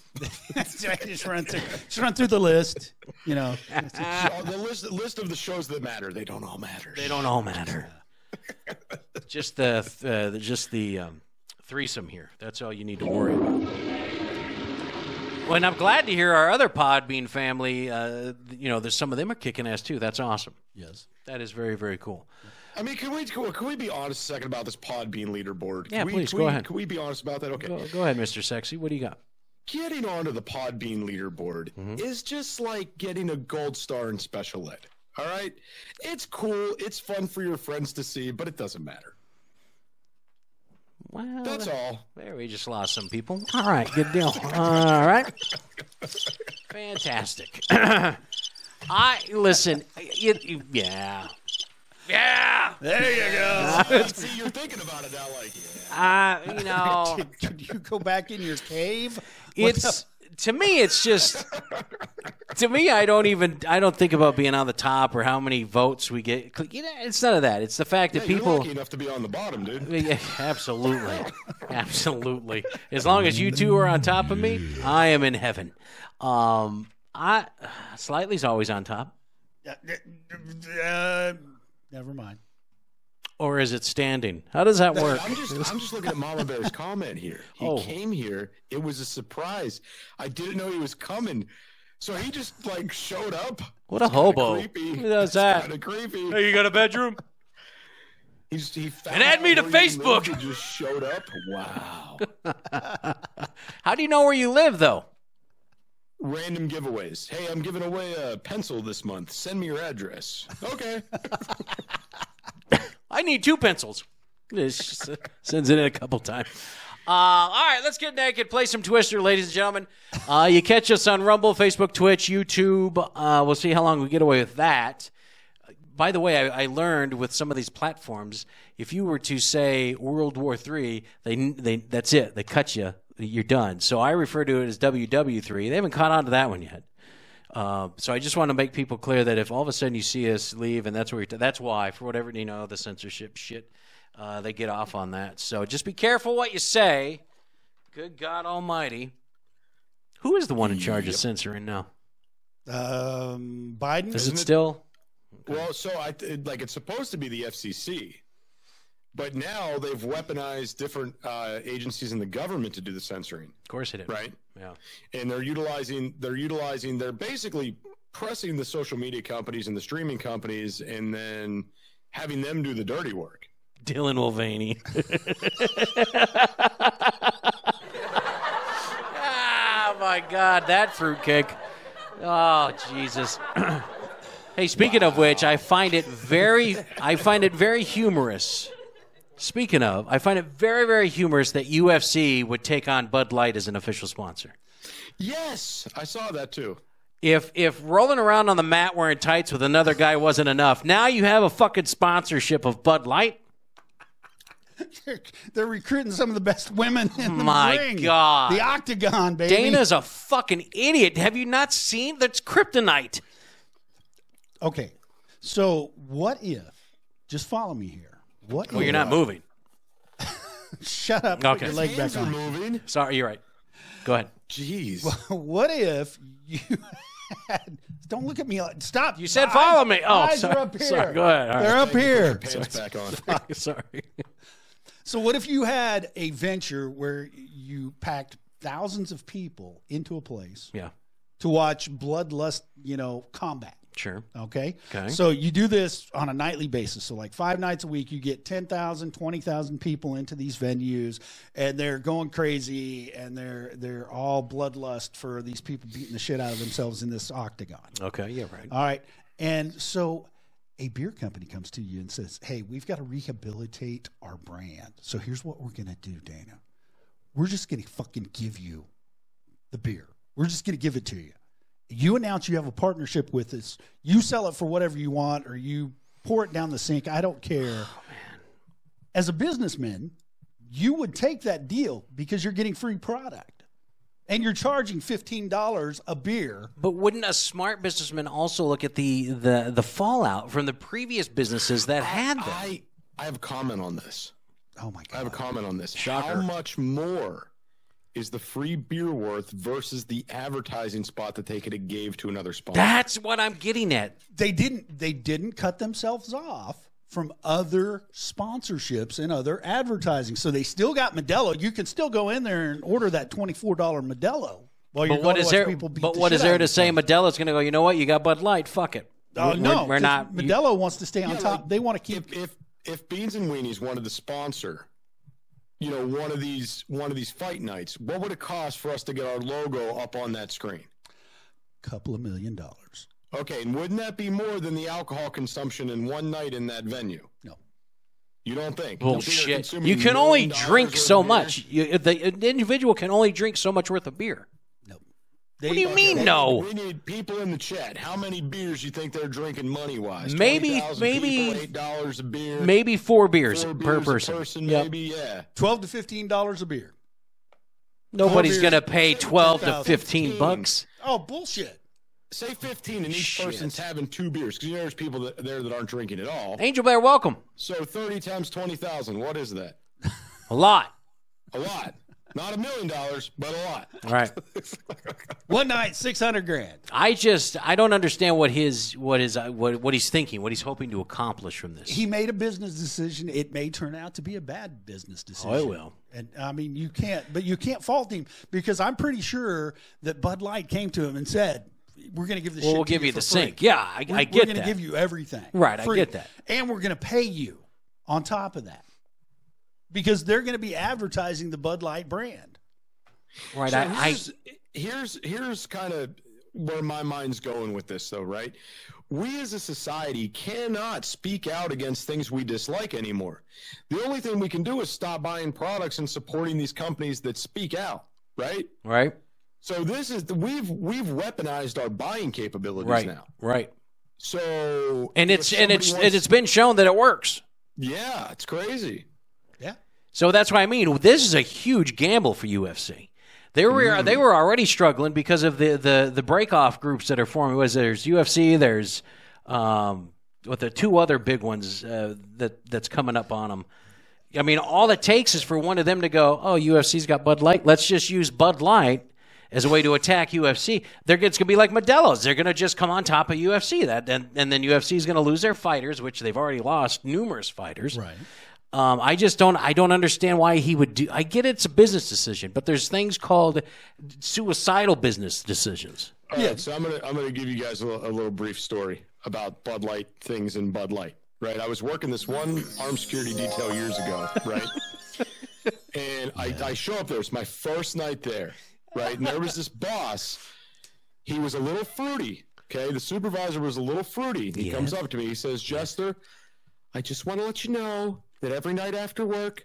[SPEAKER 2] Yeah, just run through, just run through the list. You know,
[SPEAKER 3] Oh, the list list of the shows that matter. They don't all matter.
[SPEAKER 1] Uh, they don't all matter. just the uh, the- just the um, threesome here. That's all you need to worry about. Well, and I'm glad to hear our other Podbean family. Uh, you know, there's some of them are kicking ass too. That's awesome.
[SPEAKER 2] Yes.
[SPEAKER 1] That is very very cool.
[SPEAKER 3] I mean, can we can we- can we be honest a second about this Podbean leaderboard? Can
[SPEAKER 1] Yeah,
[SPEAKER 3] we,
[SPEAKER 1] please,
[SPEAKER 3] can
[SPEAKER 1] go
[SPEAKER 3] we,
[SPEAKER 1] ahead.
[SPEAKER 3] Can we be honest about that? Okay.
[SPEAKER 1] Go, go ahead, Mr. Sexy. What do you got?
[SPEAKER 3] Getting onto the Podbean leaderboard
[SPEAKER 1] Mm-hmm.
[SPEAKER 3] is just like getting a gold star in special ed. All right, it's cool, it's fun for your friends to see, but it doesn't matter.
[SPEAKER 1] Well,
[SPEAKER 3] That's all.
[SPEAKER 1] There, we just lost some people. All right, good deal. All right, fantastic. I listen. You, you- yeah, yeah.
[SPEAKER 2] There you go.
[SPEAKER 3] see, you're thinking about it now, like yeah.
[SPEAKER 1] I, you know,
[SPEAKER 2] Could, could you go back in your cave? What the-
[SPEAKER 1] it's to me. It's just to me. I don't even. I don't think about being on the top or how many votes we get. You know, it's none of that. It's the fact that
[SPEAKER 3] Hey,
[SPEAKER 1] people.
[SPEAKER 3] You're lucky enough to be on the bottom, dude.
[SPEAKER 1] Yeah, absolutely. absolutely. As long as you two are on top of me, I am in heaven. Um I Slightly's always on top.
[SPEAKER 2] uh, never mind.
[SPEAKER 1] Or is it standing? How does that work?
[SPEAKER 3] I'm just I'm just looking at Mama Bear's comment here. He
[SPEAKER 1] Oh.
[SPEAKER 3] came here. It was a surprise. I didn't know he was coming. So he just like showed up.
[SPEAKER 1] What a hobo.
[SPEAKER 3] Creepy.
[SPEAKER 1] Who does that?
[SPEAKER 3] Kind of creepy.
[SPEAKER 1] you got a bedroom?
[SPEAKER 3] He's, he found
[SPEAKER 1] And add me
[SPEAKER 3] out
[SPEAKER 1] to
[SPEAKER 3] where you
[SPEAKER 1] Facebook.
[SPEAKER 3] lived and just showed up. Wow.
[SPEAKER 1] How do you know where you live though?
[SPEAKER 3] Random giveaways. Hey, I'm giving away a pencil this month. Send me your address. Okay.
[SPEAKER 1] I need two pencils. This uh, sends it in a couple times. Uh, all right, let's get naked, play some Twister, ladies and gentlemen. Uh, you catch us on Rumble, Facebook, Twitch, YouTube. Uh, we'll see how long we get away with that. By the way, I, I learned with some of these platforms, if you were to say World War III, they they that's it. They cut you. You're done. So I refer to it as WW3. They haven't caught on to that one yet. Uh, so I just want to make people clear that if all of a sudden you see us leave, and that's where you're t- that's why for whatever you know the censorship shit, uh, they get off on that. So just be careful what you say. Good God Almighty, who is the one in charge of censoring now?
[SPEAKER 2] Um, Biden.
[SPEAKER 1] Is
[SPEAKER 3] Isn't
[SPEAKER 1] it
[SPEAKER 3] it-
[SPEAKER 1] still?
[SPEAKER 3] Well, so I it, like it's supposed to be the FCC, but now they've weaponized different uh, agencies in the government to do the censoring,
[SPEAKER 1] Of course it is.
[SPEAKER 3] right?
[SPEAKER 1] Yeah.
[SPEAKER 3] And they're utilizing they're utilizing they're basically pressing the social media companies and the streaming companies, and then having them do the dirty work.
[SPEAKER 1] Dylan Mulvaney. ah, my God, that fruitcake. Oh, Jesus. hey, speaking of which, I find it very, I find it very humorous. Speaking of, I find it very, very humorous that UFC would take on Bud Light as an official sponsor.
[SPEAKER 3] Yes, I saw that too.
[SPEAKER 1] If if rolling around on the mat wearing tights with another guy wasn't enough, now you have a fucking sponsorship of Bud Light.
[SPEAKER 2] They're, they're recruiting some of the best women in the
[SPEAKER 1] My
[SPEAKER 2] ring.
[SPEAKER 1] God.
[SPEAKER 2] The Octagon, baby.
[SPEAKER 1] Dana's a fucking idiot. Have you not seen that's kryptonite?
[SPEAKER 2] Okay. So what if? Just follow me here. What?
[SPEAKER 1] Well,
[SPEAKER 2] if,
[SPEAKER 1] you're not moving.
[SPEAKER 2] Shut up. Put
[SPEAKER 1] Okay.
[SPEAKER 2] your leg back
[SPEAKER 3] Hands are
[SPEAKER 2] on.
[SPEAKER 3] moving.
[SPEAKER 1] Sorry, you're right. Go ahead.
[SPEAKER 3] Jeez.
[SPEAKER 2] What if you? Had, don't look at me. like Stop.
[SPEAKER 1] You said follow me. Oh,
[SPEAKER 2] eyes
[SPEAKER 1] sorry.
[SPEAKER 2] are up here.
[SPEAKER 1] Sorry. Go ahead. All
[SPEAKER 2] They're
[SPEAKER 1] right.
[SPEAKER 2] up here.
[SPEAKER 3] Pants back on.
[SPEAKER 1] sorry.
[SPEAKER 2] So what if you had a venture where you packed thousands of people into a place
[SPEAKER 1] Yeah.
[SPEAKER 2] to watch bloodlust, you know, combat?
[SPEAKER 1] Sure.
[SPEAKER 2] Okay.
[SPEAKER 1] Okay.
[SPEAKER 2] So you do this on a nightly basis. So like five nights a week, you get 10,000, 20,000 people into these venues and they're going crazy and they're, they're all bloodlust for these people beating the shit out of themselves in this octagon.
[SPEAKER 1] Okay. Yeah. Right.
[SPEAKER 2] All right. And so a beer company comes to you and says, Hey, we've got to rehabilitate our brand. So here's what we're going to do, Dana. We're just going to fucking give you the beer. We're just going to give it to you. You announce you have a partnership with us. You sell it for whatever you want or you pour it down the sink. I don't care.
[SPEAKER 3] Oh,
[SPEAKER 2] As a businessman, you would take that deal because you're getting free product and you're charging $15 a beer.
[SPEAKER 1] But wouldn't a smart businessman also look at the the the fallout from the previous businesses that had them?
[SPEAKER 3] I I have a comment on this.
[SPEAKER 2] Oh my
[SPEAKER 3] I have
[SPEAKER 2] God.
[SPEAKER 3] a comment on this.
[SPEAKER 1] Shocker.
[SPEAKER 3] How much more is the free beer worth versus the advertising spot that they could have gave to another sponsor?
[SPEAKER 1] That's what I'm getting at.
[SPEAKER 2] they didn't they didn't cut themselves off from other sponsorships and other advertising. So they still got Modelo. You can still go in there and order that $24 Modelo. Well,
[SPEAKER 1] But what
[SPEAKER 2] you're going
[SPEAKER 1] is
[SPEAKER 2] to watch
[SPEAKER 1] there?
[SPEAKER 2] people beat
[SPEAKER 1] But
[SPEAKER 2] the
[SPEAKER 1] what
[SPEAKER 2] shit
[SPEAKER 1] is there
[SPEAKER 2] out
[SPEAKER 1] to
[SPEAKER 2] of
[SPEAKER 1] say?
[SPEAKER 2] each other.
[SPEAKER 1] Modelo's going to go. You know what? You got Bud Light. Fuck it.
[SPEAKER 2] Oh
[SPEAKER 1] We're-
[SPEAKER 2] no,
[SPEAKER 1] we're, we're not. you-
[SPEAKER 2] Modelo wants to stay on
[SPEAKER 3] Yeah,
[SPEAKER 2] top.
[SPEAKER 3] like,
[SPEAKER 2] they want to keep.
[SPEAKER 3] if if if Beans and Weenies wanted to sponsor, you know, one of these one of these fight nights, what would it cost for us to get our logo up on that screen?
[SPEAKER 2] couple of million dollars.
[SPEAKER 3] Okay, and wouldn't that be more than the alcohol consumption in one night in that venue?
[SPEAKER 2] No.
[SPEAKER 3] You don't think? You don't think they're
[SPEAKER 1] Bullshit.
[SPEAKER 3] consuming
[SPEAKER 1] You can
[SPEAKER 3] million
[SPEAKER 1] only
[SPEAKER 3] dollars
[SPEAKER 1] drink
[SPEAKER 3] worth
[SPEAKER 1] so
[SPEAKER 3] of
[SPEAKER 1] much. You, the, the individual can only drink so much worth of beer.
[SPEAKER 2] They,
[SPEAKER 1] What do you
[SPEAKER 3] beer?
[SPEAKER 1] mean
[SPEAKER 3] We
[SPEAKER 1] no?
[SPEAKER 3] need- We need people in the chat. How many beers you think they're drinking money wise?
[SPEAKER 1] Maybe- maybe-
[SPEAKER 3] eight dollars a beer.
[SPEAKER 1] Maybe four
[SPEAKER 3] four
[SPEAKER 1] beers
[SPEAKER 3] beers
[SPEAKER 1] per
[SPEAKER 3] a
[SPEAKER 1] person. Yep.
[SPEAKER 3] Maybe yeah.
[SPEAKER 2] Twelve to fifteen dollars a beer.
[SPEAKER 1] Nobody's
[SPEAKER 3] beers.
[SPEAKER 1] going to pay twelve to
[SPEAKER 2] 10,000,
[SPEAKER 1] fifteen
[SPEAKER 3] 15.
[SPEAKER 1] bucks.
[SPEAKER 2] Oh bullshit!
[SPEAKER 3] Say fifteen, and each
[SPEAKER 1] Shit.
[SPEAKER 3] person's having two beers because you know there's people that, there that aren't drinking at all.
[SPEAKER 1] Angel Bear, welcome.
[SPEAKER 3] So thirty times twenty thousand, what is that?
[SPEAKER 1] A lot.
[SPEAKER 3] A lot. Not a million dollars, but a lot.
[SPEAKER 1] All right.
[SPEAKER 2] One night, six hundred grand.
[SPEAKER 1] I just I don't understand what his what is what what he's thinking, what he's hoping to accomplish from this.
[SPEAKER 2] He made a business decision. It may turn out to be a bad business decision.
[SPEAKER 1] Oh, it will.
[SPEAKER 2] And I mean, you can't, but you can't fault him because I'm pretty sure that Bud Light came to him and said, "We're going to give this.
[SPEAKER 1] Well,
[SPEAKER 2] shit
[SPEAKER 1] we'll
[SPEAKER 2] to
[SPEAKER 1] give you
[SPEAKER 2] for
[SPEAKER 1] the
[SPEAKER 2] free.
[SPEAKER 1] sink. Yeah, I-
[SPEAKER 2] we're,
[SPEAKER 1] I get
[SPEAKER 2] We're going
[SPEAKER 1] that.
[SPEAKER 2] to give you everything.
[SPEAKER 1] Right, I
[SPEAKER 2] free.
[SPEAKER 1] get that.
[SPEAKER 2] And we're going to pay you on top of that because they're going to be advertising the Bud Light brand.
[SPEAKER 1] right?
[SPEAKER 3] So
[SPEAKER 1] I, I
[SPEAKER 3] here's, here's here's kind of where my mind's going with this though, right? We as a society cannot speak out against things we dislike anymore. The only thing we can do is stop buying products and supporting these companies that speak out, right?
[SPEAKER 1] right
[SPEAKER 3] So this is the, we've we've weaponized our buying capabilities
[SPEAKER 1] right
[SPEAKER 3] now.
[SPEAKER 1] right.
[SPEAKER 3] So
[SPEAKER 1] And
[SPEAKER 3] if
[SPEAKER 1] it's and
[SPEAKER 3] somebody
[SPEAKER 1] it's
[SPEAKER 3] wants-
[SPEAKER 1] and it's been shown that it works.
[SPEAKER 3] yeah, it's crazy.
[SPEAKER 2] Yeah.
[SPEAKER 1] So that's what I mean. This is a huge gamble for UFC. They were they were already struggling because of the the the break off groups that are forming. Was there's UFC, there's um, what the two other big ones uh, that that's coming up on them. I mean, all it takes is for one of them to go, "Oh, UFC's got Bud Light. Let's just use Bud Light." As a way to attack UFC, they're it's gonna be like Modelo's. They're gonna just come on top of UFC that, and, and then UFC is gonna lose their fighters, which they've already lost numerous fighters.
[SPEAKER 2] Right.
[SPEAKER 1] Um, I just don't. I don't understand why he would do. I get it's a business decision, but there's things called suicidal business decisions.
[SPEAKER 3] All right, so I'm gonna I'm gonna give you guys a, little- a little brief story about Bud Light things and Bud Light. Right, I was working this one armed security detail years ago. Right, and I, I show up there. It's my first night there. Right, and there was this boss. He was a little fruity. Okay, the supervisor was a little fruity. He
[SPEAKER 1] Yeah.
[SPEAKER 3] comes up to me. He says, "Jester, I just want to let you know that every night after work."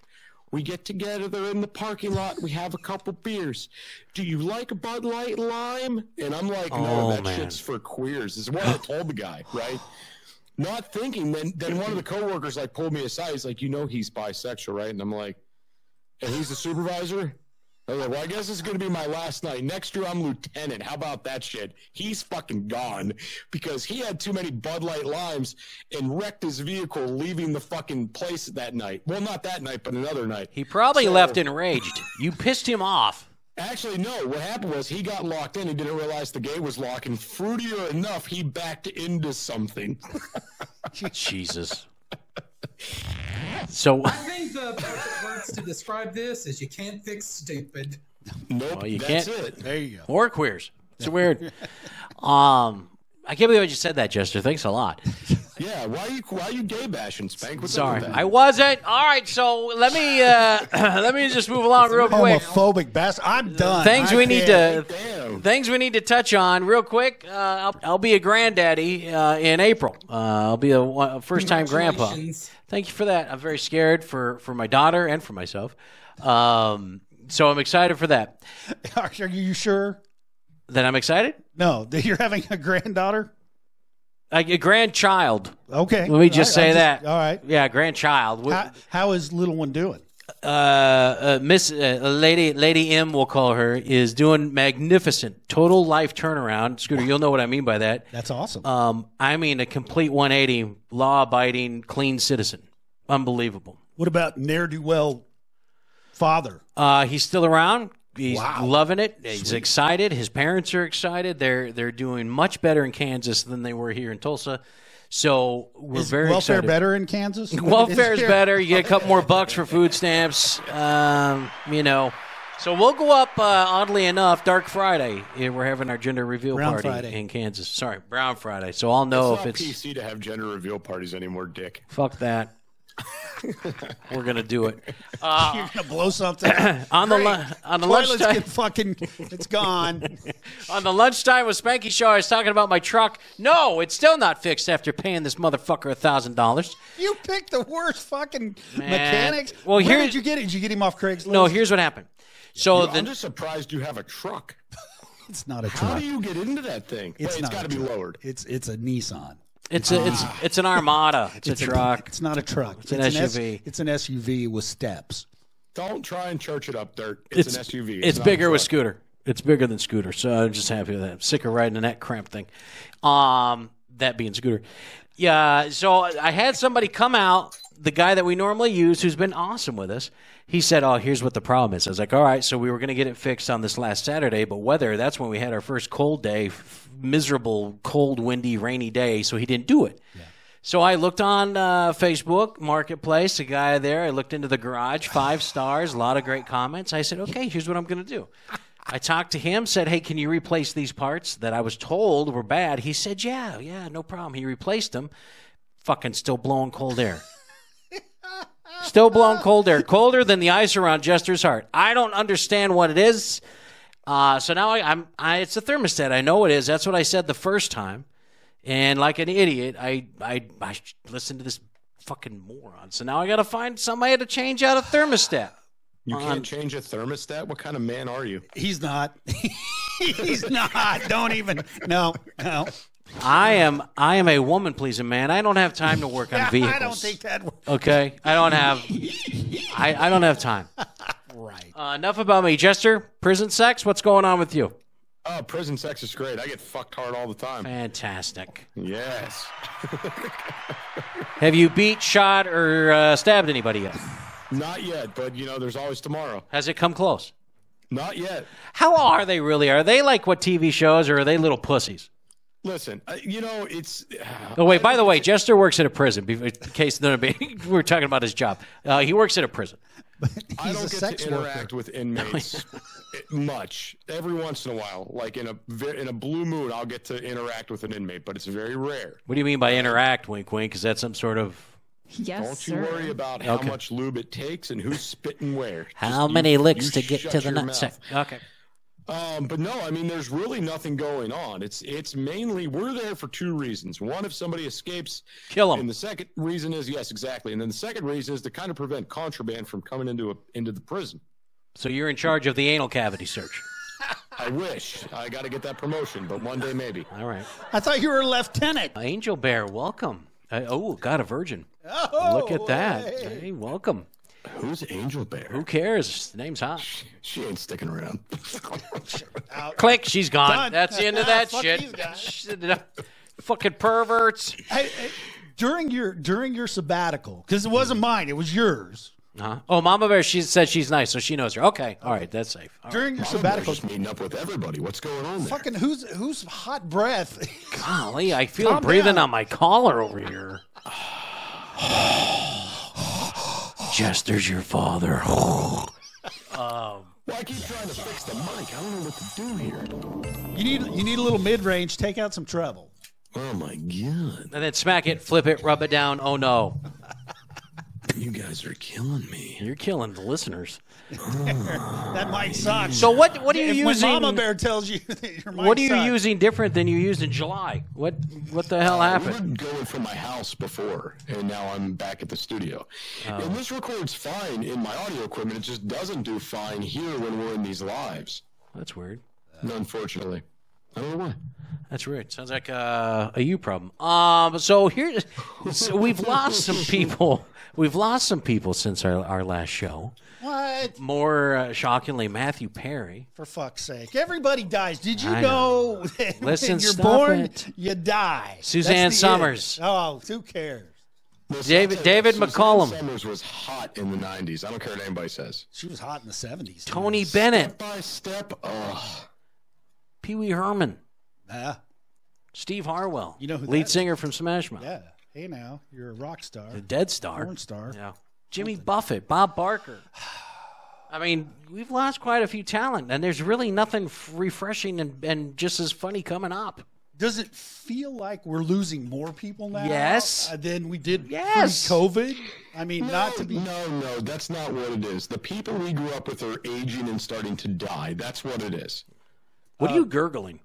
[SPEAKER 3] We get together in the parking lot. We have a couple beers. Do you like a Bud Light Lime? And I'm like, no,
[SPEAKER 1] Oh,
[SPEAKER 3] that
[SPEAKER 1] man.
[SPEAKER 3] shit's for queers. Is what I told the guy, right? Not thinking. Then, then one of the coworkers like pulled me aside. He's like, you know, he's bisexual, right? And I'm like, and he's the supervisor. I was like, well, I guess it's gonna be my last night. Next year, I'm lieutenant. How about that shit? He's fucking gone because he had too many Bud Light limes and wrecked his vehicle leaving the fucking place that night. Well, not that night, but another night.
[SPEAKER 1] He probably
[SPEAKER 3] So-
[SPEAKER 1] left enraged. You pissed him off.
[SPEAKER 3] Actually, no. What happened was he got locked in. He didn't realize the gate was locked, and fruitier enough, he backed into something.
[SPEAKER 1] Jesus. So
[SPEAKER 4] I think the uh, perfect words to describe this is you can't fix stupid.
[SPEAKER 3] Nope,
[SPEAKER 1] Well, you
[SPEAKER 3] that's
[SPEAKER 1] can't-
[SPEAKER 3] it.
[SPEAKER 2] There you go.
[SPEAKER 1] or queers. It's weird. Um, I can't believe I just said that, Jester. Thanks a lot.
[SPEAKER 3] Yeah, why are you why are you gay bashing Spank? What's
[SPEAKER 1] Sorry,
[SPEAKER 3] up with that?
[SPEAKER 1] I wasn't. All right, so let me uh, let me just move along real quick.
[SPEAKER 2] Homophobic bastard. I'm done.
[SPEAKER 1] Uh, Things
[SPEAKER 2] I
[SPEAKER 1] we need
[SPEAKER 2] can't-
[SPEAKER 1] to
[SPEAKER 3] Damn.
[SPEAKER 1] Things we need to touch on real quick. Uh, I'll, I'll be a granddaddy uh, in April. Uh, I'll be a, first time grandpa.
[SPEAKER 4] Congratulations.
[SPEAKER 1] Thank you for that. I'm very scared for, for my daughter and for myself. Um, so I'm excited for that.
[SPEAKER 2] Are you- are you sure?
[SPEAKER 1] Then I'm excited.
[SPEAKER 2] No, that you're having a granddaughter.
[SPEAKER 1] A, a grandchild.
[SPEAKER 2] Okay.
[SPEAKER 1] Let me just
[SPEAKER 2] All
[SPEAKER 1] say
[SPEAKER 2] right, I
[SPEAKER 1] that.
[SPEAKER 2] All right.
[SPEAKER 1] Yeah, grandchild. We-
[SPEAKER 2] How, how is little one doing?
[SPEAKER 1] uh, uh, Miss uh, Lady Lady M, we'll call her, is doing magnificent. Total life turnaround. Scooter, you'll know what I mean by that.
[SPEAKER 2] That's awesome.
[SPEAKER 1] Um, I mean, a complete 180, law abiding, clean citizen. Unbelievable.
[SPEAKER 2] what about ne'er do well father?
[SPEAKER 1] Uh, he's still around. He's
[SPEAKER 2] Wow.
[SPEAKER 1] loving it. He's excited. His parents are excited. They're they're doing much better in Kansas than they were here in Tulsa. So we're
[SPEAKER 2] Is
[SPEAKER 1] very
[SPEAKER 2] welfare
[SPEAKER 1] excited.
[SPEAKER 2] better in Kansas?
[SPEAKER 1] Welfare is
[SPEAKER 2] there-
[SPEAKER 1] better. You get a couple more bucks for food stamps. Um, you know, So we'll go up. Uh, oddly enough, Dark Friday. Yeah, We're having our gender reveal
[SPEAKER 2] Brown
[SPEAKER 1] party
[SPEAKER 2] Friday.
[SPEAKER 1] in Kansas. Sorry, Brown Friday. So I'll know
[SPEAKER 3] it's
[SPEAKER 1] if
[SPEAKER 3] not
[SPEAKER 1] it's
[SPEAKER 3] PC to have gender reveal parties anymore, Dick.
[SPEAKER 1] fuck that. We're gonna do it
[SPEAKER 2] You're gonna blow something.
[SPEAKER 1] on the lu- on the
[SPEAKER 2] Toilets
[SPEAKER 1] lunchtime.
[SPEAKER 2] get fucking. It's gone.
[SPEAKER 1] On the lunchtime with Spanky Show, I was talking about my truck. No, it's still not fixed after paying this motherfucker a thousand dollars.
[SPEAKER 2] you picked the worst fucking
[SPEAKER 1] Man.
[SPEAKER 2] mechanics.
[SPEAKER 1] Well,
[SPEAKER 2] Where
[SPEAKER 1] here-
[SPEAKER 2] did you get it? Did you get him off Craigslist?
[SPEAKER 1] No, here's what happened. So
[SPEAKER 3] I'm
[SPEAKER 1] the,
[SPEAKER 3] just surprised you have a truck.
[SPEAKER 2] Oh, it's not a
[SPEAKER 3] How
[SPEAKER 2] truck.
[SPEAKER 3] do you get into that thing? Wait, it's
[SPEAKER 2] not
[SPEAKER 3] got to
[SPEAKER 2] a
[SPEAKER 3] be
[SPEAKER 2] truck.
[SPEAKER 3] lowered.
[SPEAKER 2] It's it's a Nissan.
[SPEAKER 1] it's a, it's it's an Armada. It's, a truck.
[SPEAKER 2] It's not a truck. It's,
[SPEAKER 1] an
[SPEAKER 2] S-
[SPEAKER 1] SUV.
[SPEAKER 2] it's an SUV with steps.
[SPEAKER 3] Don't try and church it up, dirt. It's, an SUV.
[SPEAKER 1] It's,
[SPEAKER 3] not a
[SPEAKER 1] bigger with
[SPEAKER 3] truck.
[SPEAKER 1] Scooter. It's bigger than Scooter. So I'm just happy with that. I'm sick of riding in that cramped thing. Um, that being Scooter. Yeah. So I had somebody come out. The guy that we normally use, who's been awesome with us, he said, "Oh, here's what the problem is." I was like, "All right." So we were going to get it fixed on this last Saturday, but weather—that's when we had our first cold day, f- miserable, cold, windy, rainy day. So he didn't do it. So I looked on uh, Facebook Marketplace, a guy there. I looked into the garage, five stars, a lot of great comments. I said, okay, here's what I'm going to do. I talked to him, said, hey, can you replace these parts that I was told were bad? He said, yeah, yeah, no problem. He replaced them. Fucking still blowing cold air. still blowing cold air, colder than the ice around Jester's heart. I don't understand what it is. Uh, so now I, I'm, I, it's a thermostat. I know it is. That's what I said the first time. And like an idiot, I I, I listened to this fucking moron. So now I got to find somebody to change out a thermostat.
[SPEAKER 3] You
[SPEAKER 1] on-
[SPEAKER 3] can't change a thermostat. What kind of man are you?
[SPEAKER 2] He's not. He's not. Don't even. No. No.
[SPEAKER 1] I am I am a woman pleasing man. I don't have time to work on vehicles.
[SPEAKER 2] I don't think that.
[SPEAKER 1] Okay, I don't have I I don't have time.
[SPEAKER 2] Right.
[SPEAKER 1] Uh, enough about me, Jester. Prison sex. What's going on with you?
[SPEAKER 3] Oh, prison sex is great. I get fucked hard all the time.
[SPEAKER 1] Fantastic.
[SPEAKER 3] Yes.
[SPEAKER 1] Have you beat, shot, or uh, stabbed anybody yet?
[SPEAKER 3] Not yet, but you know, there's always tomorrow.
[SPEAKER 1] Has it come close?
[SPEAKER 3] Not yet.
[SPEAKER 1] How are they really? Are they like what TV shows, or are they little pussies?
[SPEAKER 3] Listen, uh, you know, it's
[SPEAKER 1] Oh wait! By the way, Jester works at a prison. be- In case none of you- we we're talking about his job, uh, he works at a prison.
[SPEAKER 3] I
[SPEAKER 2] He's
[SPEAKER 3] don't
[SPEAKER 2] a
[SPEAKER 3] get
[SPEAKER 2] sex
[SPEAKER 3] to interact with inmates much. Every once in a while, like in a ve- in a blue moon, I'll get to interact with an inmate, but it's very rare.
[SPEAKER 1] What do you mean by interact, wink, wink? Is that some sort of
[SPEAKER 6] Yes,
[SPEAKER 3] Don't you
[SPEAKER 6] sir.
[SPEAKER 3] worry about how much lube it takes and who's spitting where.
[SPEAKER 1] how
[SPEAKER 3] Just you-
[SPEAKER 1] many
[SPEAKER 3] you
[SPEAKER 1] licks to get
[SPEAKER 3] shut
[SPEAKER 1] to the
[SPEAKER 3] your
[SPEAKER 1] nut
[SPEAKER 3] mouth.
[SPEAKER 1] sack? Okay.
[SPEAKER 3] Um, but no, I mean, there's really nothing going on. It's it's mainly we're there for two reasons. One, if somebody escapes,
[SPEAKER 1] Kill 'em.
[SPEAKER 3] And the second reason is yes, exactly. And then the second reason is to kind of prevent contraband from coming into a, into the prison.
[SPEAKER 1] So you're in charge of the anal cavity search.
[SPEAKER 3] I wish I got to get that promotion, but one day maybe.
[SPEAKER 1] All right.
[SPEAKER 2] I thought you were a lieutenant.
[SPEAKER 1] Angel Bear, welcome. Uh, oh, God, a virgin.
[SPEAKER 2] Oh,
[SPEAKER 1] Look at that.
[SPEAKER 2] hey.
[SPEAKER 1] Hey, welcome.
[SPEAKER 3] Who's Angel Bear?
[SPEAKER 1] Who cares? The name's hot.
[SPEAKER 3] She ain't sticking around.
[SPEAKER 1] Click. She's gone.
[SPEAKER 2] Done.
[SPEAKER 1] That's the end of that
[SPEAKER 2] Fuck
[SPEAKER 1] shit.
[SPEAKER 2] these guys.
[SPEAKER 1] Shit. Fucking perverts.
[SPEAKER 2] Hey, hey, during your during your sabbatical, because it wasn't mine, it was yours.
[SPEAKER 1] Huh? Oh, Mama Bear. She said she's nice, so she knows her. Okay. All right. That's safe. All right.
[SPEAKER 2] During your
[SPEAKER 3] Bear's
[SPEAKER 2] sabbatical,
[SPEAKER 3] just meeting up with everybody. What's going on there?
[SPEAKER 2] fucking who's who's hot breath?
[SPEAKER 1] Golly, I feel
[SPEAKER 2] Calm
[SPEAKER 1] breathing
[SPEAKER 2] down.
[SPEAKER 1] on my collar over here. Jester's your father.
[SPEAKER 3] Well, I keep trying to fix the mic. I don't know what to do here.
[SPEAKER 2] you need you need a little mid range. Take out some trouble.
[SPEAKER 3] Oh my god,
[SPEAKER 1] and then smack it, flip it, rub it down. Oh no,
[SPEAKER 3] you guys are killing me.
[SPEAKER 1] you're killing the listeners.
[SPEAKER 2] That mic sucks.
[SPEAKER 1] So what? What are you
[SPEAKER 2] if
[SPEAKER 1] using?
[SPEAKER 2] when Mama Bear tells you that your mic
[SPEAKER 1] what are you
[SPEAKER 2] sucks,
[SPEAKER 1] using different than you used in July? What? What the hell
[SPEAKER 3] We
[SPEAKER 1] happened?
[SPEAKER 3] were going from my house before, and now I'm back at the studio. And this records fine in my audio equipment. It just doesn't do fine here when we're in these lives.
[SPEAKER 1] That's weird.
[SPEAKER 3] Unfortunately, I don't know why.
[SPEAKER 1] That's weird. Sounds like uh, a you problem. Um, so here, so we've lost some people. We've lost some people since our, our last show.
[SPEAKER 2] What?
[SPEAKER 1] More uh, shockingly, Matthew Perry.
[SPEAKER 2] For fuck's sake. Everybody dies. Did you
[SPEAKER 1] I
[SPEAKER 2] know,
[SPEAKER 1] know.
[SPEAKER 2] that
[SPEAKER 1] Listen,
[SPEAKER 2] when you're
[SPEAKER 1] stop
[SPEAKER 2] born,
[SPEAKER 1] it.
[SPEAKER 2] you die? That's
[SPEAKER 1] Suzanne
[SPEAKER 2] the
[SPEAKER 1] Summers.
[SPEAKER 2] end. Oh, who cares?
[SPEAKER 3] Listen,
[SPEAKER 1] David-
[SPEAKER 3] I'll tell you
[SPEAKER 1] David
[SPEAKER 3] what, Suzanne
[SPEAKER 1] McCollum.
[SPEAKER 3] Summers was hot in the '90s. I don't care what anybody says.
[SPEAKER 2] She was hot in the 70s. too.
[SPEAKER 1] Tony Bennett,
[SPEAKER 3] By step, oh,
[SPEAKER 1] Pee Wee Herman,
[SPEAKER 2] Yeah.
[SPEAKER 1] Steve Harwell,
[SPEAKER 2] You know who
[SPEAKER 1] lead
[SPEAKER 2] that
[SPEAKER 1] singer from Smash Mouth,
[SPEAKER 2] yeah. Hey, now, you're a rock star,
[SPEAKER 1] the Dead Star,
[SPEAKER 2] porn star.
[SPEAKER 1] yeah, Jimmy Buffett, Bob Barker, I mean, we've lost quite a few talent, and there's really nothing f- refreshing and, and just as funny coming up.
[SPEAKER 2] Does it feel like we're losing more people now?
[SPEAKER 1] Yes.
[SPEAKER 2] uh, Than we did
[SPEAKER 1] Yes.
[SPEAKER 2] pre-COVID. I mean, not to be.
[SPEAKER 3] No, no, that's not what it is. The people we grew up with are aging and starting to die. That's what it is.
[SPEAKER 1] What are
[SPEAKER 2] Uh,
[SPEAKER 1] you gurgling?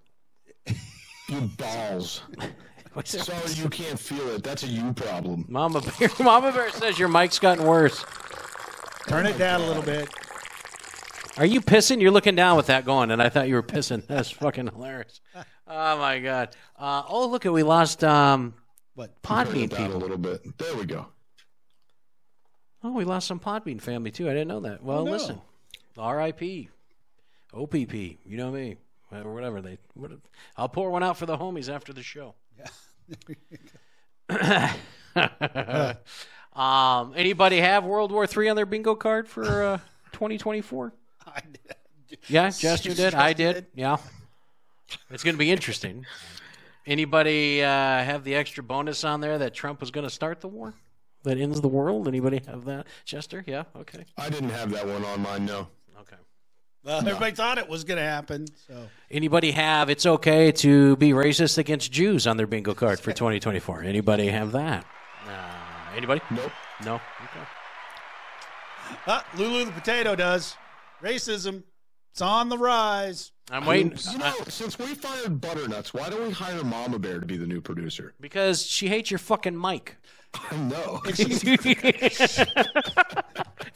[SPEAKER 3] You balls.
[SPEAKER 1] What's that?
[SPEAKER 3] Sorry you can't feel it. That's a you problem.
[SPEAKER 1] Mama Bear, Mama Bear says your mic's gotten worse.
[SPEAKER 2] Turn it down a little bit.
[SPEAKER 1] Are you pissing? You're looking down with that going, and I thought you were pissing. That's fucking hilarious. Oh my god. Uh, oh look, at we lost um,
[SPEAKER 2] But
[SPEAKER 3] Turn it
[SPEAKER 1] Podbean
[SPEAKER 3] down a
[SPEAKER 1] people.
[SPEAKER 3] little bit. There we go.
[SPEAKER 1] Oh, we lost some Podbean family too. I didn't know that. Well,
[SPEAKER 2] no.
[SPEAKER 1] listen, R.I.P. OPP. You know me. Or whatever they. What, I'll pour one out for the homies after the show. um, anybody have World War Three on their bingo card for uh, 2024?
[SPEAKER 2] I,
[SPEAKER 1] Yeah, Jester did. I did. Yeah. It's going to be interesting. Anybody uh, have the extra bonus on there that Trump was going to start the war? That ends the world? Anybody have that? Chester? Yeah. Okay.
[SPEAKER 3] I didn't have that one on mine, no.
[SPEAKER 1] Okay.
[SPEAKER 2] well, everybody thought it was going to happen. So
[SPEAKER 1] Anybody have it's okay to be racist against Jews on their bingo card for 2024? Anybody have that? Uh, anybody?
[SPEAKER 3] Nope.
[SPEAKER 1] No. Okay.
[SPEAKER 2] uh, Lulu the potato does. Racism. It's on the rise.
[SPEAKER 1] I'm waiting
[SPEAKER 3] You know, since we fired Butternuts, why don't we hire Mama Bear to be the new producer?
[SPEAKER 1] because she hates your fucking mic.
[SPEAKER 3] I know.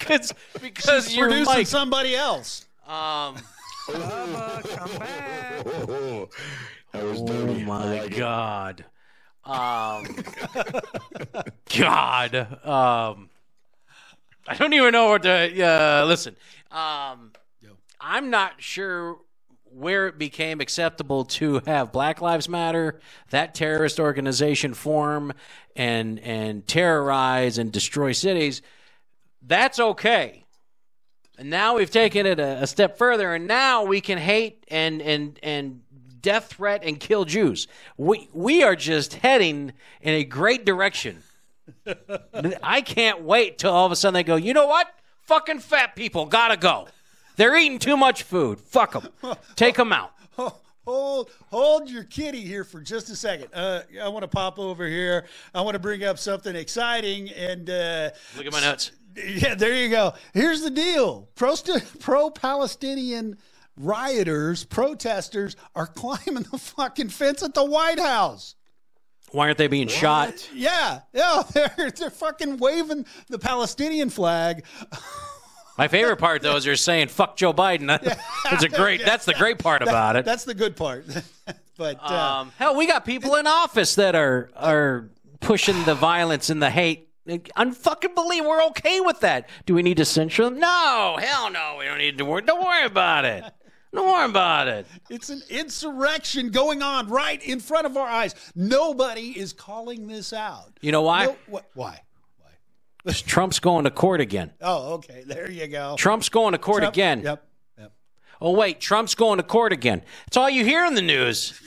[SPEAKER 1] Cause, because your
[SPEAKER 2] Producing
[SPEAKER 1] mic.
[SPEAKER 2] somebody else.
[SPEAKER 1] Um,
[SPEAKER 3] Oh, that was
[SPEAKER 1] Oh
[SPEAKER 3] dirty. I
[SPEAKER 1] my
[SPEAKER 3] like it.
[SPEAKER 1] god. Um, god. Um, I don't even know what to uh, listen. Um, I'm not sure where it became acceptable to have Black Lives Matter, that terrorist organization, form and and terrorize and destroy cities. That's okay. And now we've taken it a, a step further, and now we can hate and and and death threat and kill Jews. We we are just heading in a great direction. I can't wait till all of a sudden they go. You know what? Fucking fat people gotta go. They're eating too much food. Fuck them. Take them out.
[SPEAKER 2] hold hold your kitty here for just a second. Uh, I want to pop over here. I want to bring up something exciting and uh,
[SPEAKER 1] Look at my notes.
[SPEAKER 2] yeah, there you go. Here's the deal: pro pro Palestinian rioters, protesters are climbing the fucking fence at the White House.
[SPEAKER 1] Why aren't they being shot?
[SPEAKER 2] Yeah, yeah, they're they're fucking waving the Palestinian flag.
[SPEAKER 1] My favorite part though is you're saying "fuck Joe Biden." That's a great. That's the great part about it.
[SPEAKER 2] That's the good part. but uh,
[SPEAKER 1] Um, hell, we got people in office that are are pushing the violence and the hate. Unfucking believe we're okay with that. Do we need to censure them? No, hell no. We don't need to worry. Don't worry about it. Don't worry about it.
[SPEAKER 2] It's an insurrection going on right in front of our eyes. Nobody is calling this out.
[SPEAKER 1] You know why?
[SPEAKER 2] No- wh- why?
[SPEAKER 1] 'Cause Trump's going to court again.
[SPEAKER 2] Oh, okay. There you go.
[SPEAKER 1] Trump's going to court again.
[SPEAKER 2] Yep. Yep.
[SPEAKER 1] Oh wait, Trump's going to court again. It's all you hear in the news.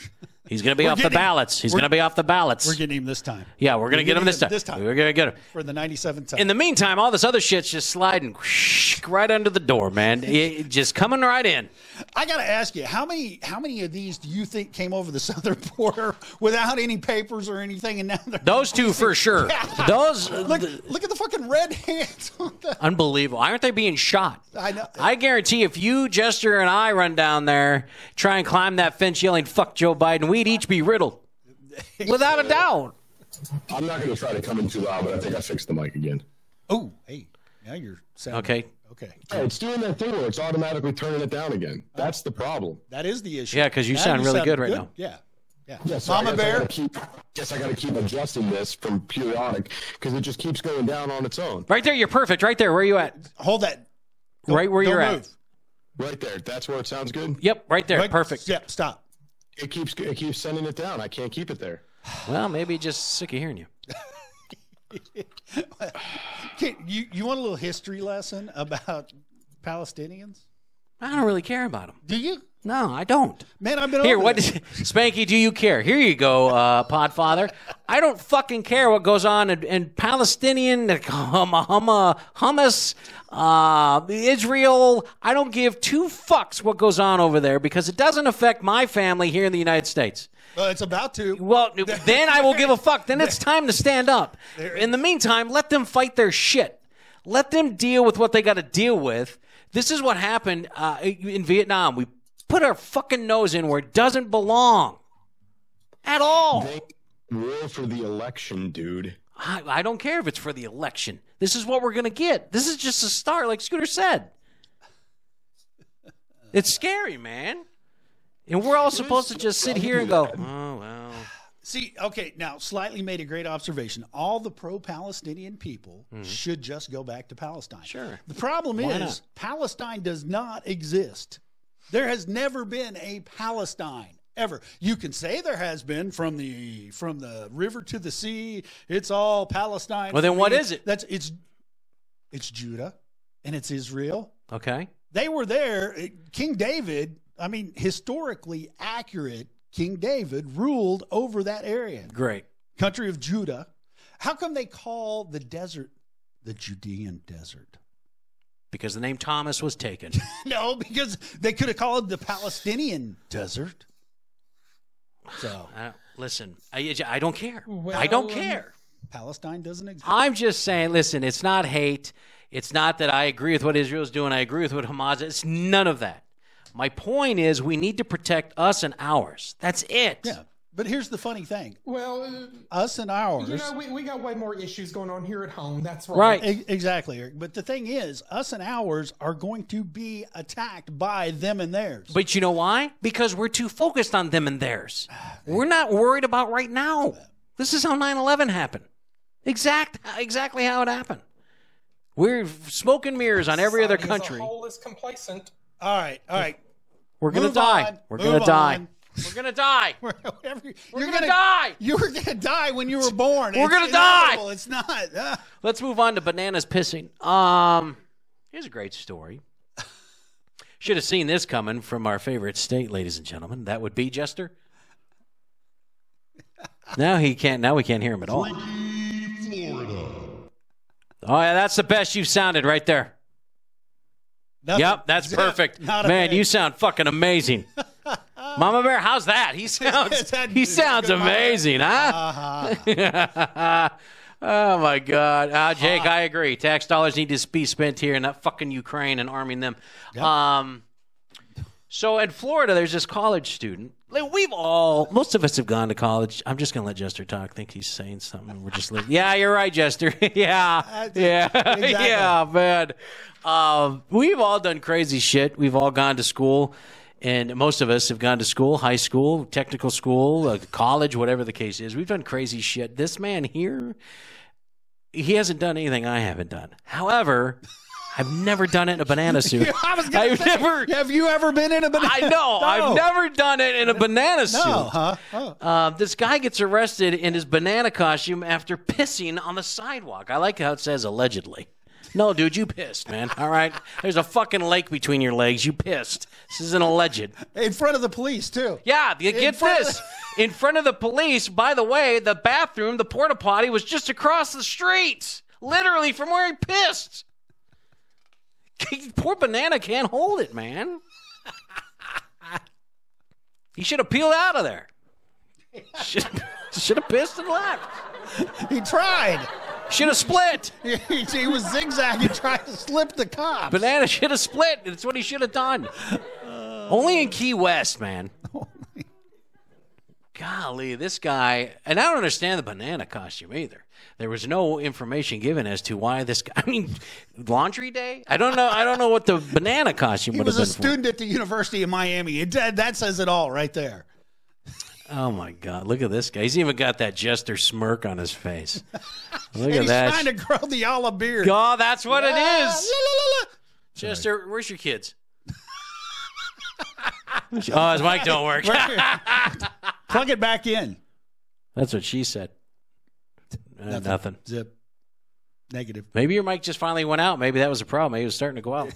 [SPEAKER 1] He's going to be off the
[SPEAKER 2] getting-
[SPEAKER 1] ballots. He's going to be off the ballots.
[SPEAKER 2] We're getting him this time
[SPEAKER 1] yeah, we're going to get him
[SPEAKER 2] getting
[SPEAKER 1] this time.
[SPEAKER 2] him this time.
[SPEAKER 1] We're going to get him.
[SPEAKER 2] for the 97th time.
[SPEAKER 1] in the meantime, all this other shit's just sliding right under the door, man. It- just coming right in.
[SPEAKER 2] I got to ask you, how many how many of these do you think came over the southern border without any papers or anything and now they're
[SPEAKER 1] Those two for sure. Those
[SPEAKER 2] Look, look at the fucking red hands on the
[SPEAKER 1] unbelievable. Why aren't they being shot?
[SPEAKER 2] I know.
[SPEAKER 1] I guarantee if you, Jester, and I run down there, try and climb that fence yelling "fuck Joe Biden," we'd each be riddled, without a doubt.
[SPEAKER 3] I'm not going to try to come in too loud, but I think I fixed the mic again.
[SPEAKER 2] Oh, hey. Now you're sounding
[SPEAKER 1] Okay.
[SPEAKER 2] Okay.
[SPEAKER 3] Oh, it's doing that thing where it's automatically turning it down again. That's the problem.
[SPEAKER 2] That is the issue.
[SPEAKER 1] Yeah, 'cause you
[SPEAKER 2] Now
[SPEAKER 1] sound really good right now.
[SPEAKER 2] Yeah. Yeah.
[SPEAKER 3] Yeah, so I
[SPEAKER 2] Mama
[SPEAKER 3] guess I
[SPEAKER 2] Bear.
[SPEAKER 3] gotta keep, guess I got to keep adjusting this from periodic because it just keeps going down on its own.
[SPEAKER 1] Right there, you're perfect. Right there, where you at?
[SPEAKER 2] Hold that.
[SPEAKER 1] Right where
[SPEAKER 2] Don't
[SPEAKER 1] you're
[SPEAKER 2] move.
[SPEAKER 1] at.
[SPEAKER 3] Right there. That's where it sounds good.
[SPEAKER 1] Yep, right there.
[SPEAKER 2] Right?
[SPEAKER 1] Perfect.
[SPEAKER 2] Yeah, stop.
[SPEAKER 3] It keeps it keeps sending it down. I can't keep it there.
[SPEAKER 1] Well, maybe just sick of hearing you.
[SPEAKER 2] Okay, you, you want a little history lesson about Palestinians?
[SPEAKER 1] I don't really care about them.
[SPEAKER 2] Do you?
[SPEAKER 1] No, I don't.
[SPEAKER 2] Man, I've been
[SPEAKER 1] Here,
[SPEAKER 2] over
[SPEAKER 1] what,
[SPEAKER 2] there.
[SPEAKER 1] Spanky? Do you care? Here you go, uh, Podfather. I don't fucking care what goes on in, in Palestinian humma humma hummus, uh, Israel. I don't give two fucks what goes on over there because it doesn't affect my family here in the United States.
[SPEAKER 2] Uh,
[SPEAKER 6] Well, it's about to.
[SPEAKER 1] Well, then I will give a fuck. Then it's time to stand up. In the meantime, let them fight their shit. Let them deal with what they got to deal with. This is what happened uh, in Vietnam. We put our fucking nose in where it doesn't belong at all.
[SPEAKER 3] War for the election, dude.
[SPEAKER 1] I, I don't care if it's for the election. This is what we're going to get. This is just a start, like Scooter said. It's scary, man. And we're all supposed to just sit here and go, oh, well.
[SPEAKER 2] See, okay, now Slightly made a great observation. All the pro-Palestinian people should just go back to Palestine.
[SPEAKER 1] Hmm. Sure.
[SPEAKER 2] The problem
[SPEAKER 1] Why
[SPEAKER 2] is
[SPEAKER 1] not?
[SPEAKER 2] Palestine does not exist. There has never been a Palestine ever. You can say there has been from the from the river to the sea. It's all Palestine.
[SPEAKER 1] Well, then
[SPEAKER 2] for
[SPEAKER 1] what
[SPEAKER 2] me.
[SPEAKER 1] is it?
[SPEAKER 2] That's it's it's Judah and it's Israel
[SPEAKER 1] Okay.
[SPEAKER 2] they were there. King David, I mean, historically accurate, King David ruled over that area,
[SPEAKER 1] Great.
[SPEAKER 2] country of Judah. How come they call the desert the Judean desert?
[SPEAKER 1] because the name Thomas was taken.
[SPEAKER 2] No, because they could have called it the Palestinian desert. So
[SPEAKER 1] I don't- listen, I, I don't care. I
[SPEAKER 4] Well,
[SPEAKER 1] don't
[SPEAKER 4] um,
[SPEAKER 1] care.
[SPEAKER 2] Palestine doesn't exist.
[SPEAKER 1] I'm just saying, listen, it's not hate. It's not that I agree with what Israel's doing. I agree with what Hamas is. It's none of that. My point is, we need to protect us and ours. That's it.
[SPEAKER 2] yeah. But here's the funny thing
[SPEAKER 4] Well,
[SPEAKER 2] us and
[SPEAKER 4] uh,
[SPEAKER 2] ours.
[SPEAKER 4] you know, we, we got way more issues going on here at home. That's
[SPEAKER 1] Right.
[SPEAKER 2] E- Exactly, Eric. But the thing is, us and ours are going to be attacked by them and theirs.
[SPEAKER 1] But you know why? Because we're too focused on them and theirs.
[SPEAKER 2] Ah,
[SPEAKER 1] We're not worried about right now. This is how 9 11 happened. Exact, exactly how it happened. We're smoke and mirrors on every other
[SPEAKER 4] Society as a
[SPEAKER 1] country.
[SPEAKER 4] whole is complacent.
[SPEAKER 2] all right, all right.
[SPEAKER 1] We're going to
[SPEAKER 2] Move
[SPEAKER 1] die.
[SPEAKER 2] on.
[SPEAKER 1] We're
[SPEAKER 2] Move
[SPEAKER 1] going to die.
[SPEAKER 2] on.
[SPEAKER 1] We're going to die.
[SPEAKER 2] Whatever-
[SPEAKER 1] We're
[SPEAKER 2] you're
[SPEAKER 1] gonna die.
[SPEAKER 2] You were gonna die when you were born.
[SPEAKER 1] We're
[SPEAKER 2] It's
[SPEAKER 1] gonna die.
[SPEAKER 2] inevitable. It's not. Uh,
[SPEAKER 1] Let's move on to bananas pissing. Um, here's a great story. Should have seen this coming from our favorite state, ladies and gentlemen. That would be Jester. Now he can't. Now we can't hear him at all. Oh yeah, that's the best you sounded right there.
[SPEAKER 2] nothing.
[SPEAKER 1] Yep, that's perfect.
[SPEAKER 2] Not a
[SPEAKER 1] Man,
[SPEAKER 2] thing.
[SPEAKER 1] you sound fucking amazing. Mama Bear, how's that? He sounds
[SPEAKER 2] That-
[SPEAKER 1] he sounds
[SPEAKER 2] Mama Bear.
[SPEAKER 1] amazing, huh? oh my God, uh, Jake, I agree. Tax dollars need to be spent here, and not fucking Ukraine and arming them. Um, so in Florida, there's this college student. Like, We've all, most of us have gone to college. I'm just gonna let Jester talk. think he's saying something. We're just like, yeah, you're right, Jester. yeah,
[SPEAKER 2] That's-
[SPEAKER 1] yeah,
[SPEAKER 2] exactly.
[SPEAKER 1] yeah. Oh man, um, we've all done crazy shit. We've all gone to school, and most of us have gone to school, high school, technical school, uh, college, whatever the case is. We've done crazy shit. This man here, he hasn't done anything I haven't done. However, I've never done it in a banana suit.
[SPEAKER 2] I was gonna
[SPEAKER 1] I've
[SPEAKER 2] say,
[SPEAKER 1] never.
[SPEAKER 2] Have you ever been in a banana?
[SPEAKER 1] I know. I've never done it in a banana suit.
[SPEAKER 2] No, huh? Oh.
[SPEAKER 1] Uh, this guy gets arrested in his banana costume after pissing on the sidewalk. I like how it says allegedly. No, dude, you pissed, man. All right. There's a fucking lake between your legs. You pissed. This isn't alleged.
[SPEAKER 2] In front of the police too.
[SPEAKER 1] Yeah, you get
[SPEAKER 2] front of
[SPEAKER 1] this. in front of the police, by the way, the bathroom, the porta potty was just across the street, literally from where he pissed. Poor banana can't hold it, man. he should have peeled out of there. Should should have pissed and left.
[SPEAKER 2] He tried.
[SPEAKER 1] Should have split.
[SPEAKER 2] He, he was zigzagging, trying to slip the cops.
[SPEAKER 1] Banana should have split. That's what he should have done. Only in Key West, man. Golly, this guy, and I don't understand the banana costume either. There was no information given as to why this guy. I mean, laundry day. I don't know. I don't know what the banana costume
[SPEAKER 2] he
[SPEAKER 1] would
[SPEAKER 2] was a
[SPEAKER 1] have been
[SPEAKER 2] student at the University of Miami. It, that, that says it all right
[SPEAKER 1] for.
[SPEAKER 2] there.
[SPEAKER 1] Oh my God! Look at this guy. He's even got that jester smirk on his face. Look at
[SPEAKER 2] He's
[SPEAKER 1] that.
[SPEAKER 2] trying to grow the olive beard.
[SPEAKER 1] God, that's what it
[SPEAKER 2] Ah,
[SPEAKER 1] is.
[SPEAKER 2] la, la, la, la.
[SPEAKER 1] Chester, where's your kids? oh, his mic don't work.
[SPEAKER 2] Plug it back in.
[SPEAKER 1] That's what she said. Uh, nothing.
[SPEAKER 2] Zip. Negative.
[SPEAKER 1] Maybe your mic just finally went out. Maybe that was a problem. Maybe it was starting to go out.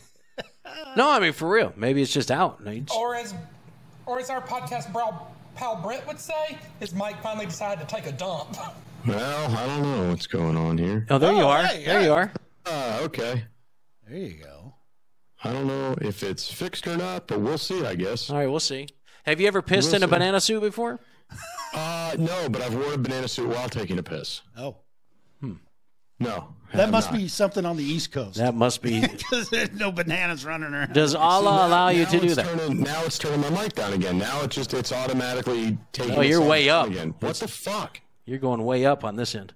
[SPEAKER 1] No, I mean for real. Maybe it's just out. No, you just-
[SPEAKER 4] Or as, or as our podcast bro, pal Brett would say, is Mike finally decided to take a dump.
[SPEAKER 3] Well, I don't know what's going on here.
[SPEAKER 1] Oh, there you
[SPEAKER 2] Oh,
[SPEAKER 1] are.
[SPEAKER 2] hey,
[SPEAKER 1] there
[SPEAKER 2] yeah.
[SPEAKER 1] you are.
[SPEAKER 3] Uh, okay.
[SPEAKER 2] There you go.
[SPEAKER 3] I don't know if it's fixed or not, but we'll see, I guess.
[SPEAKER 1] All right, we'll see. Have you ever pissed in a
[SPEAKER 3] see.
[SPEAKER 1] banana suit before?
[SPEAKER 3] Uh, no, but I've worn a banana suit while taking a piss.
[SPEAKER 2] Oh,
[SPEAKER 3] No. I
[SPEAKER 2] that
[SPEAKER 3] have
[SPEAKER 2] must
[SPEAKER 3] not.
[SPEAKER 2] be something on the East Coast.
[SPEAKER 1] That must be.
[SPEAKER 2] Because there's no bananas running around.
[SPEAKER 1] Does Allah allow you
[SPEAKER 3] Now
[SPEAKER 1] to do
[SPEAKER 3] it's
[SPEAKER 1] that?
[SPEAKER 3] turning- now it's turning my mic down again. Now it just it's automatically taking.
[SPEAKER 1] Oh, you're
[SPEAKER 3] itself
[SPEAKER 1] way
[SPEAKER 3] down
[SPEAKER 1] up.
[SPEAKER 3] again. What the fuck?
[SPEAKER 1] You're going way up on this end.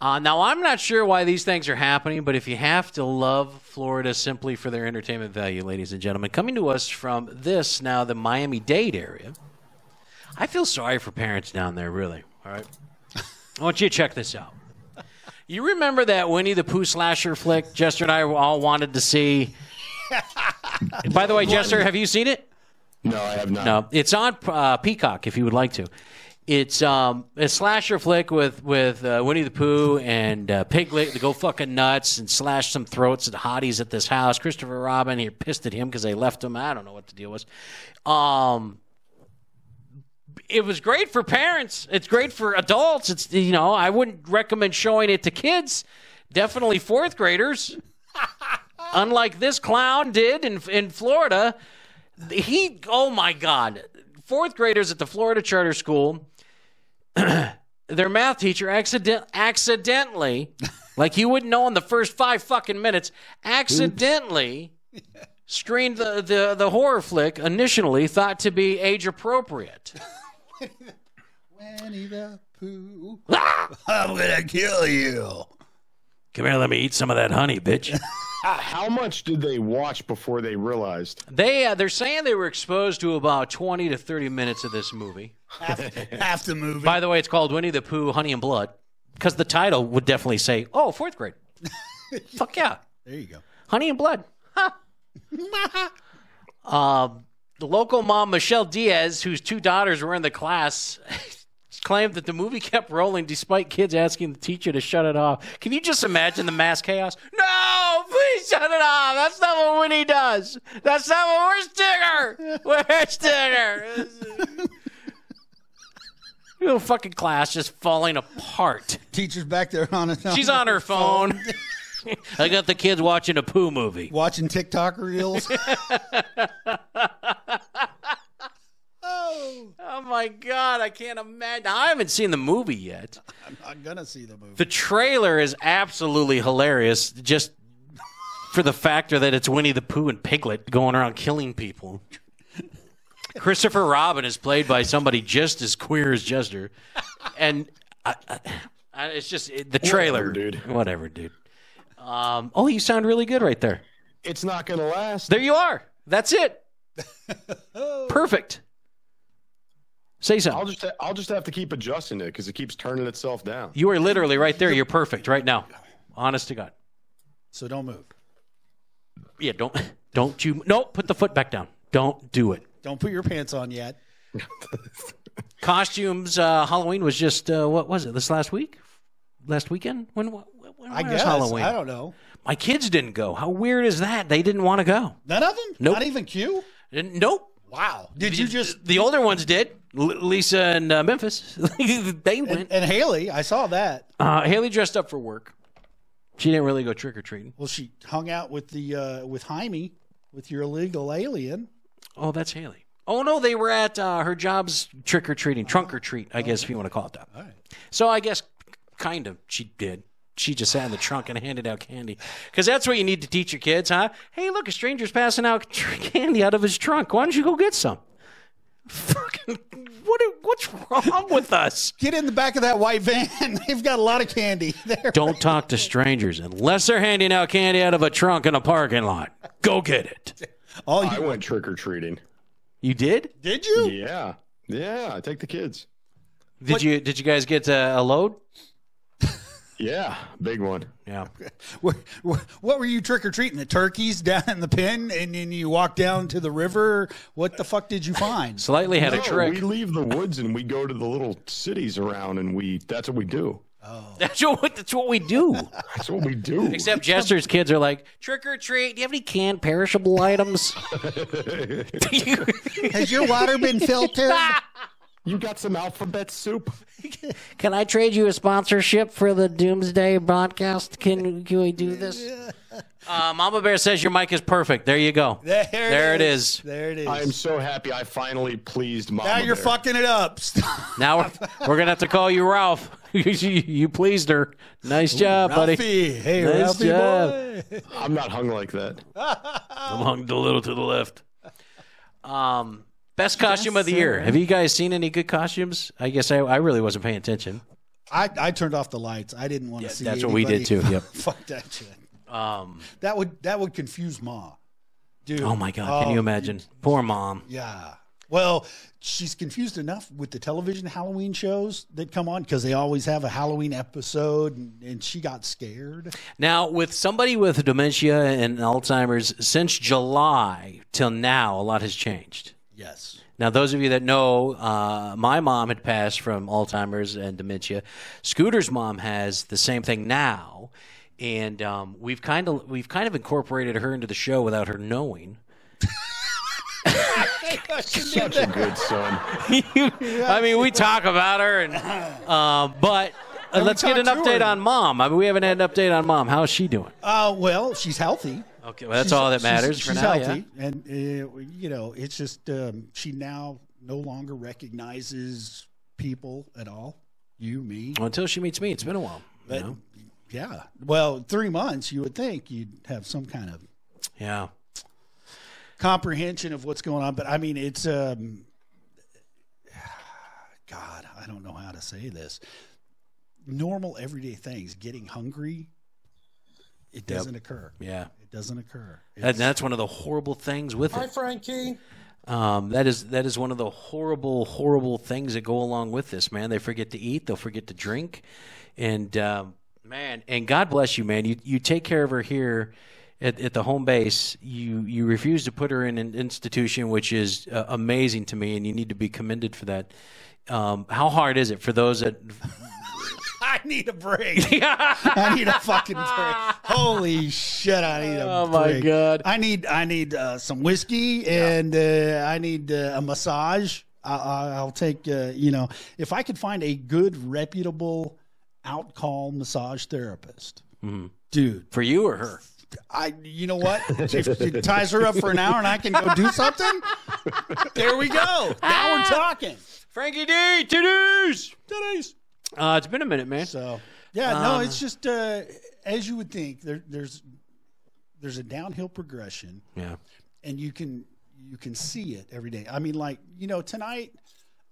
[SPEAKER 1] Uh, now, I'm not sure why these things are happening, but if you have to love Florida simply for their entertainment value, ladies and gentlemen, coming to us from this now, the Miami Dade area, I feel sorry for parents down there, really. All right. I want you to check this out. You remember that Winnie the Pooh slasher flick Jester and I all wanted to see? By the way, Jester, have you seen it?
[SPEAKER 3] No, I have not.
[SPEAKER 1] No, it's on uh, Peacock if you would like to. It's um, a slasher flick with with uh, Winnie the Pooh and uh, Piglet to go fucking nuts and slash some throats at hotties at this house. Christopher Robin here pissed at him because they left him. I don't know what the deal was. Um, it was great for parents. It's great for adults. It's you know I wouldn't recommend showing it to kids. Definitely fourth graders. Unlike this clown did in in Florida he oh my god fourth graders at the florida charter school their math teacher accident accidentally like you wouldn't know in the first five fucking minutes accidentally screened the, the the horror flick initially thought to be age appropriate
[SPEAKER 2] Winnie the Pooh. I'm gonna kill you.
[SPEAKER 1] come here let me eat some of that honey bitch
[SPEAKER 3] Uh, How much did they watch before they realized?
[SPEAKER 1] they uh, they're saying they were exposed to about 20 to 30 minutes of this movie
[SPEAKER 2] Half the movie.
[SPEAKER 1] by the way it's called winnie the pooh honey and blood because the title would definitely say oh fourth grade fuck yeah
[SPEAKER 2] There you go.
[SPEAKER 1] Honey and Blood. Ha. um, the local mom, Michelle Diaz, whose two daughters were in the class, claimed that the movie kept rolling despite kids asking the teacher to shut it off. Can you just imagine the mass chaos? No, please shut it off. That's not what Winnie does. That's not what we're sticker. We're sticker. Little fucking class just falling apart.
[SPEAKER 2] Teacher's back there on it.
[SPEAKER 1] She's on her phone. I got the kids watching a poo movie.
[SPEAKER 2] watching TikTok reels. oh,
[SPEAKER 1] Oh my god, I can't imagine. I haven't seen the movie yet.
[SPEAKER 2] I'm not gonna see the movie.
[SPEAKER 1] The trailer is absolutely hilarious, just for the factor that it's Winnie the Pooh and Piglet going around killing people. Christopher Robin is played by somebody just as queer as Jester, and I, I, I- it's just it, the trailer,
[SPEAKER 3] Whatever, dude.
[SPEAKER 1] Whatever, dude. Um, oh, you sound really good right there.
[SPEAKER 3] It's not going to last.
[SPEAKER 1] There you are. That's it. Perfect. Say something.
[SPEAKER 3] I'll just ha- I'll just have to keep adjusting it because it keeps turning itself down.
[SPEAKER 1] You are literally right there. You're perfect right now. Honest to God.
[SPEAKER 2] So don't move.
[SPEAKER 1] Yeah, don't don't you no, put the foot back down. Don't do it.
[SPEAKER 2] Don't put your pants on yet.
[SPEAKER 1] Costumes uh Halloween was just uh what was it? This last week? Last weekend? When when, when
[SPEAKER 2] I
[SPEAKER 1] was
[SPEAKER 2] guess.
[SPEAKER 1] Halloween?
[SPEAKER 2] I don't know.
[SPEAKER 1] My kids didn't go. How weird is that? They didn't want to go.
[SPEAKER 2] None of them.
[SPEAKER 1] Nope.
[SPEAKER 2] Not even Q.
[SPEAKER 1] Didn't- Nope.
[SPEAKER 2] Wow. Did you just
[SPEAKER 1] the older ones did. L- Lisa and uh, Memphis. they
[SPEAKER 2] and,
[SPEAKER 1] went.
[SPEAKER 2] and Haley? I saw that.
[SPEAKER 1] Uh, Haley dressed up for work. She didn't really go trick or treating.
[SPEAKER 2] Well, she hung out with the uh, with Jaime with your illegal alien.
[SPEAKER 1] Oh, that's Haley. Oh no, they were at uh, her job's trick or treating, trunk or treat, I guess if you want to call it that. So I guess kind of she did. She just sat in the trunk and handed out candy because that's what you need to teach your kids, huh? Hey, look, a stranger's passing out tr- candy out of his trunk. Why don't you go get some? Fucking what? are- What's wrong with us?
[SPEAKER 2] Get in the back of that white van. They've got a lot of candy there.
[SPEAKER 1] Don't talk to strangers unless they're handing out candy out of a trunk in a parking lot. Go get it.
[SPEAKER 2] All
[SPEAKER 3] I
[SPEAKER 2] you
[SPEAKER 3] went trick or treating.
[SPEAKER 1] You did?
[SPEAKER 2] did you?
[SPEAKER 3] Yeah, yeah. I take the kids.
[SPEAKER 1] Did you? Did you guys get uh, a load?
[SPEAKER 3] Yeah, big one.
[SPEAKER 1] Yeah.
[SPEAKER 2] What, what were you trick or treating? The turkeys down in the pen, and then you walked down to the river. What the fuck did you find?
[SPEAKER 1] Slightly had a
[SPEAKER 3] No,
[SPEAKER 1] trick.
[SPEAKER 3] We leave the woods and we go to the little cities around, and we that's what we do.
[SPEAKER 1] That's what that's what we do.
[SPEAKER 3] That's what we do.
[SPEAKER 1] Except Jester's kids are like trick or treat. Do you have any canned perishable items?
[SPEAKER 2] Has your water been filtered?
[SPEAKER 3] You got some alphabet soup.
[SPEAKER 1] Can I trade you a sponsorship for the Doomsday broadcast? Can, can we do this? Uh, Mama Bear says your mic is perfect. There you go.
[SPEAKER 6] There,
[SPEAKER 1] There it is.
[SPEAKER 6] There it is.
[SPEAKER 3] I am so happy I finally pleased Mama.
[SPEAKER 6] now you're
[SPEAKER 3] Bear.
[SPEAKER 6] fucking it up.
[SPEAKER 1] Now we're, we're gonna have to call you Ralph. you, you pleased her. Nice job, buddy.
[SPEAKER 6] Ralphie. Hey,
[SPEAKER 1] Nice
[SPEAKER 6] Ralphie
[SPEAKER 1] job.
[SPEAKER 6] boy.
[SPEAKER 3] I'm not hung like that.
[SPEAKER 1] I'm hung a little to the left. Um, best costume of the year. Have you guys seen any good costumes? I guess I, I really wasn't paying attention.
[SPEAKER 2] I, I turned off the lights. I didn't want to see.
[SPEAKER 1] that's what we did
[SPEAKER 2] anybody-
[SPEAKER 1] too, yep.
[SPEAKER 2] Fuck that shit.
[SPEAKER 1] Um,
[SPEAKER 2] That would that would confuse Ma. Dude.
[SPEAKER 1] oh my God, can
[SPEAKER 2] Oh,
[SPEAKER 1] you imagine? Poor mom.
[SPEAKER 2] Yeah. Well, she's confused enough with the television Halloween shows that come on because they always have a Halloween episode, and, and she got scared.
[SPEAKER 1] Now, with somebody with dementia and Alzheimer's, since July till now, a lot has changed.
[SPEAKER 2] Yes.
[SPEAKER 1] Now, those of you that know, uh, my mom had passed from Alzheimer's and dementia. Scooter's mom has the same thing now, and um, we've kind of we've kind of incorporated her into the show without her knowing.
[SPEAKER 3] Such a good son.
[SPEAKER 1] I mean, we talk about her, and uh, but uh, let's get an
[SPEAKER 6] talk to
[SPEAKER 1] update
[SPEAKER 6] her.
[SPEAKER 1] on mom. I mean, we haven't had an update on mom. How is she doing?
[SPEAKER 2] Uh, well, she's healthy.
[SPEAKER 1] Okay, well, that's
[SPEAKER 2] She's-
[SPEAKER 1] all that
[SPEAKER 2] she's-
[SPEAKER 1] matters
[SPEAKER 2] she's
[SPEAKER 1] for now. yeah.
[SPEAKER 2] Healthy, And uh, you know, it's just um, she now no longer recognizes people at all. You, me,
[SPEAKER 1] Well, until she meets me, it's been a while. you
[SPEAKER 2] but
[SPEAKER 1] know?
[SPEAKER 2] yeah. Well, three months. You would think you'd have some kind of
[SPEAKER 1] Yeah.
[SPEAKER 2] comprehension of what's going on. But I mean, it's um, God, I don't know how to say this. Normal everyday things, getting hungry, it doesn't occur.
[SPEAKER 1] Yeah.
[SPEAKER 2] It doesn't occur.
[SPEAKER 1] That, that's one of the horrible things with
[SPEAKER 4] Hi,
[SPEAKER 1] it.
[SPEAKER 4] Frankie.
[SPEAKER 1] Um, that is that is one of the horrible, horrible things that go along with this, man. They forget to eat, they'll forget to drink, and um, man, and God bless you, man. You you take care of her here at, at the home base. You you refuse to put her in an institution, which is uh, amazing to me, and you need to be commended for that. Um, how hard is it for those that?
[SPEAKER 6] I need a break.
[SPEAKER 2] I need a fucking break. Holy shit! I need a
[SPEAKER 1] Oh, my
[SPEAKER 2] break.
[SPEAKER 1] God.
[SPEAKER 2] I need I need uh, some whiskey and uh, I need uh, a massage. I, I, I'll take uh, you know if I could find a good reputable out call massage therapist,
[SPEAKER 1] Mm-hmm.
[SPEAKER 2] dude.
[SPEAKER 1] For you or her?
[SPEAKER 2] I you know what? if it ties her up for an hour and I can go do something, there we go. Now we're talking.
[SPEAKER 1] Frankie D, titties, titties. Uh, it's been a minute, man.
[SPEAKER 2] So yeah, no,
[SPEAKER 1] Um,
[SPEAKER 2] it's just uh, as you would think. There, there's there's a downhill progression.
[SPEAKER 1] Yeah.
[SPEAKER 2] and you can you can see it every day. I mean, like you know, tonight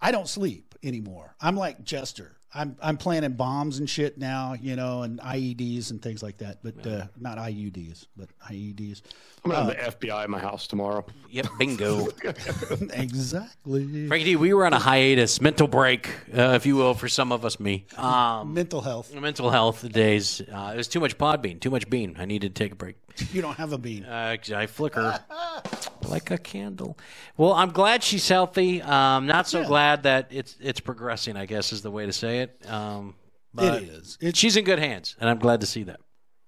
[SPEAKER 2] I don't sleep anymore. I'm like Jester. I'm I'm planning bombs and shit now, you know, and IEDs and things like that. But uh, not IUDs, but E IEDs.
[SPEAKER 3] I'm gonna have the FBI in my house tomorrow.
[SPEAKER 1] Yep. Bingo.
[SPEAKER 2] exactly.
[SPEAKER 1] Frankie D, we were on a hiatus, mental break, uh, if you will, for some of us, me. Um,
[SPEAKER 2] Mental health.
[SPEAKER 1] mental health days. Uh, it was too much podbean, too much bean. I needed to take a break.
[SPEAKER 2] You don't have a bean.
[SPEAKER 1] Uh, I flicker like a candle. Well, I'm glad she's healthy. Um, not so glad that it's it's progressing. I guess is the way to say it. Um, but
[SPEAKER 2] it is. It,
[SPEAKER 1] she's in good hands, and I'm glad to see that.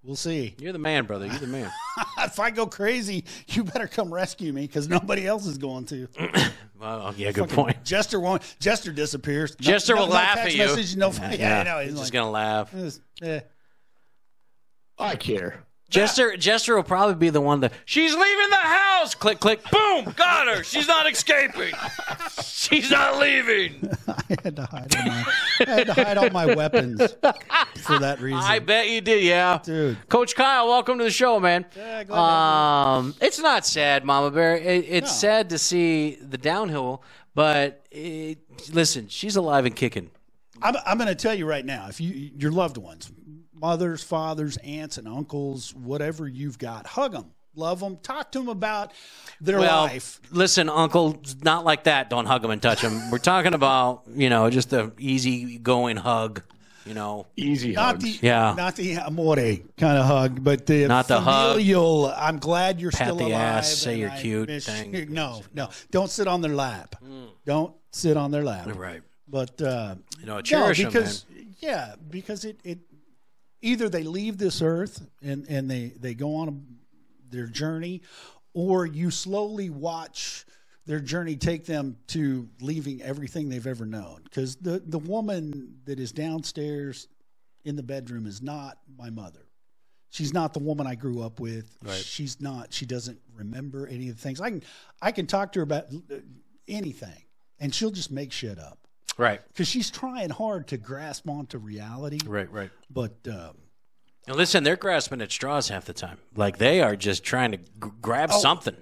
[SPEAKER 2] we'll see.
[SPEAKER 1] You're the man, brother. You're the man.
[SPEAKER 2] If I go crazy, you better come rescue me because nobody else is going to.
[SPEAKER 1] well, yeah, good point.
[SPEAKER 2] Jester won't. Jester disappears. No-
[SPEAKER 1] Jester
[SPEAKER 2] no-
[SPEAKER 1] will
[SPEAKER 2] no
[SPEAKER 1] laugh
[SPEAKER 2] text
[SPEAKER 1] at you.
[SPEAKER 2] Message, no, yeah, I know.
[SPEAKER 1] he's
[SPEAKER 2] He's
[SPEAKER 1] just
[SPEAKER 2] like,
[SPEAKER 1] gonna laugh.
[SPEAKER 2] eh.
[SPEAKER 3] I care.
[SPEAKER 1] Jester, Jester will probably be the one that she's leaving the house. Click, click, boom, got her. She's not escaping. She's not leaving.
[SPEAKER 2] I had to hide all my, I had to hide all my weapons for that reason.
[SPEAKER 1] I bet you did, yeah.
[SPEAKER 2] Dude.
[SPEAKER 1] Coach Kyle, welcome to the show, man.
[SPEAKER 2] glad to
[SPEAKER 1] um, it's not sad, Mama Bear. It, it's sad to see the downhill, but it, listen, she's alive and kicking.
[SPEAKER 2] I'm, I'm going to tell you right now, if you your loved ones, mothers, fathers, aunts, and uncles, whatever you've got, hug them, love them, talk to them about their
[SPEAKER 1] Well,
[SPEAKER 2] life.
[SPEAKER 1] listen, Uncle, not like that. Don't hug him and touch him. We're talking about, you know, just the easy going hug, you know.
[SPEAKER 3] Easy
[SPEAKER 2] Not
[SPEAKER 3] hugs.
[SPEAKER 2] the
[SPEAKER 1] Yeah.
[SPEAKER 2] not the amore kind of hug, but the
[SPEAKER 1] Not the hug.
[SPEAKER 2] familial. I'm glad you're
[SPEAKER 1] Pat
[SPEAKER 2] still
[SPEAKER 1] the
[SPEAKER 2] alive.
[SPEAKER 1] ass, say
[SPEAKER 2] and
[SPEAKER 1] you're
[SPEAKER 2] I
[SPEAKER 1] cute
[SPEAKER 2] miss
[SPEAKER 1] thing. Mm.
[SPEAKER 2] you. No, no, don't sit on their lap. Don't sit on their lap.
[SPEAKER 1] Right.
[SPEAKER 2] But uh,
[SPEAKER 1] You know, cherish 'em,
[SPEAKER 2] because yeah, because it it either they leave this earth and and they they go on a- their journey, or you slowly watch their journey take them to leaving everything they've ever known. Because the the woman that is downstairs in the bedroom is not my mother. She's not the woman I grew up with. She's not. She doesn't remember any of the things. I can I can talk to her about uh, anything, and she'll just make shit up
[SPEAKER 1] Right,
[SPEAKER 2] because she's trying hard to grasp onto reality.
[SPEAKER 1] right, right.
[SPEAKER 2] But um,
[SPEAKER 1] And listen, they're grasping at straws half the time. Like they are just trying to g- grab
[SPEAKER 2] Oh.
[SPEAKER 1] something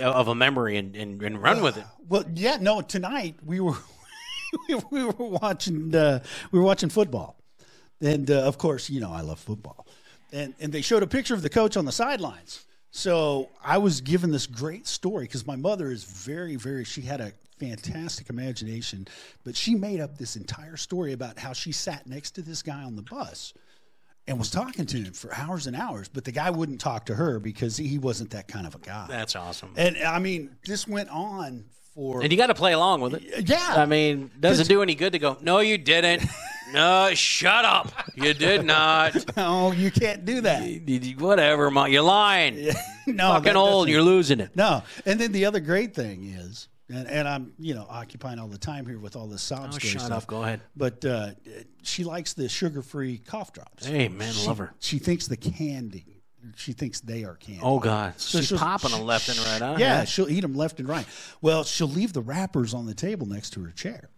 [SPEAKER 1] of a memory and, and, and run with it.
[SPEAKER 2] well, yeah, no. Tonight we were we, we were watching uh, we were watching football, and uh, of course, you know I love football, and and they showed a picture of the coach on the sidelines. So I was given this great story because my mother is very very she had a fantastic imagination, but she made up this entire story about how she sat next to this guy on the bus. And was talking to him for hours and hours, but the guy wouldn't talk to her because he wasn't that kind of a guy.
[SPEAKER 1] That's awesome.
[SPEAKER 2] And I mean, this went on for
[SPEAKER 1] And you got to play along with it.
[SPEAKER 2] yeah.
[SPEAKER 1] I mean, doesn't do any good to go. No, you didn't. No, shut up. You did not.
[SPEAKER 2] no, Oh, you can't do that.
[SPEAKER 1] Whatever, Ma, you're lying.
[SPEAKER 2] No,
[SPEAKER 1] Fucking
[SPEAKER 2] that
[SPEAKER 1] old.
[SPEAKER 2] doesn't-
[SPEAKER 1] You're losing it.
[SPEAKER 2] No, and then the other great thing is, and, and I'm you know occupying all the time here with all this sob
[SPEAKER 1] Oh,
[SPEAKER 2] story
[SPEAKER 1] shut
[SPEAKER 2] stuff.
[SPEAKER 1] up. Go ahead.
[SPEAKER 2] But uh, she likes the sugar-free cough drops.
[SPEAKER 1] Hey, man,
[SPEAKER 2] she,
[SPEAKER 1] love her.
[SPEAKER 2] She thinks the candy. She thinks they are candy.
[SPEAKER 1] Oh God, she's
[SPEAKER 2] she'll-
[SPEAKER 1] popping them left and right. Huh?
[SPEAKER 2] Yeah, she'll eat them left and right. Well, she'll leave the wrappers on the table next to her chair.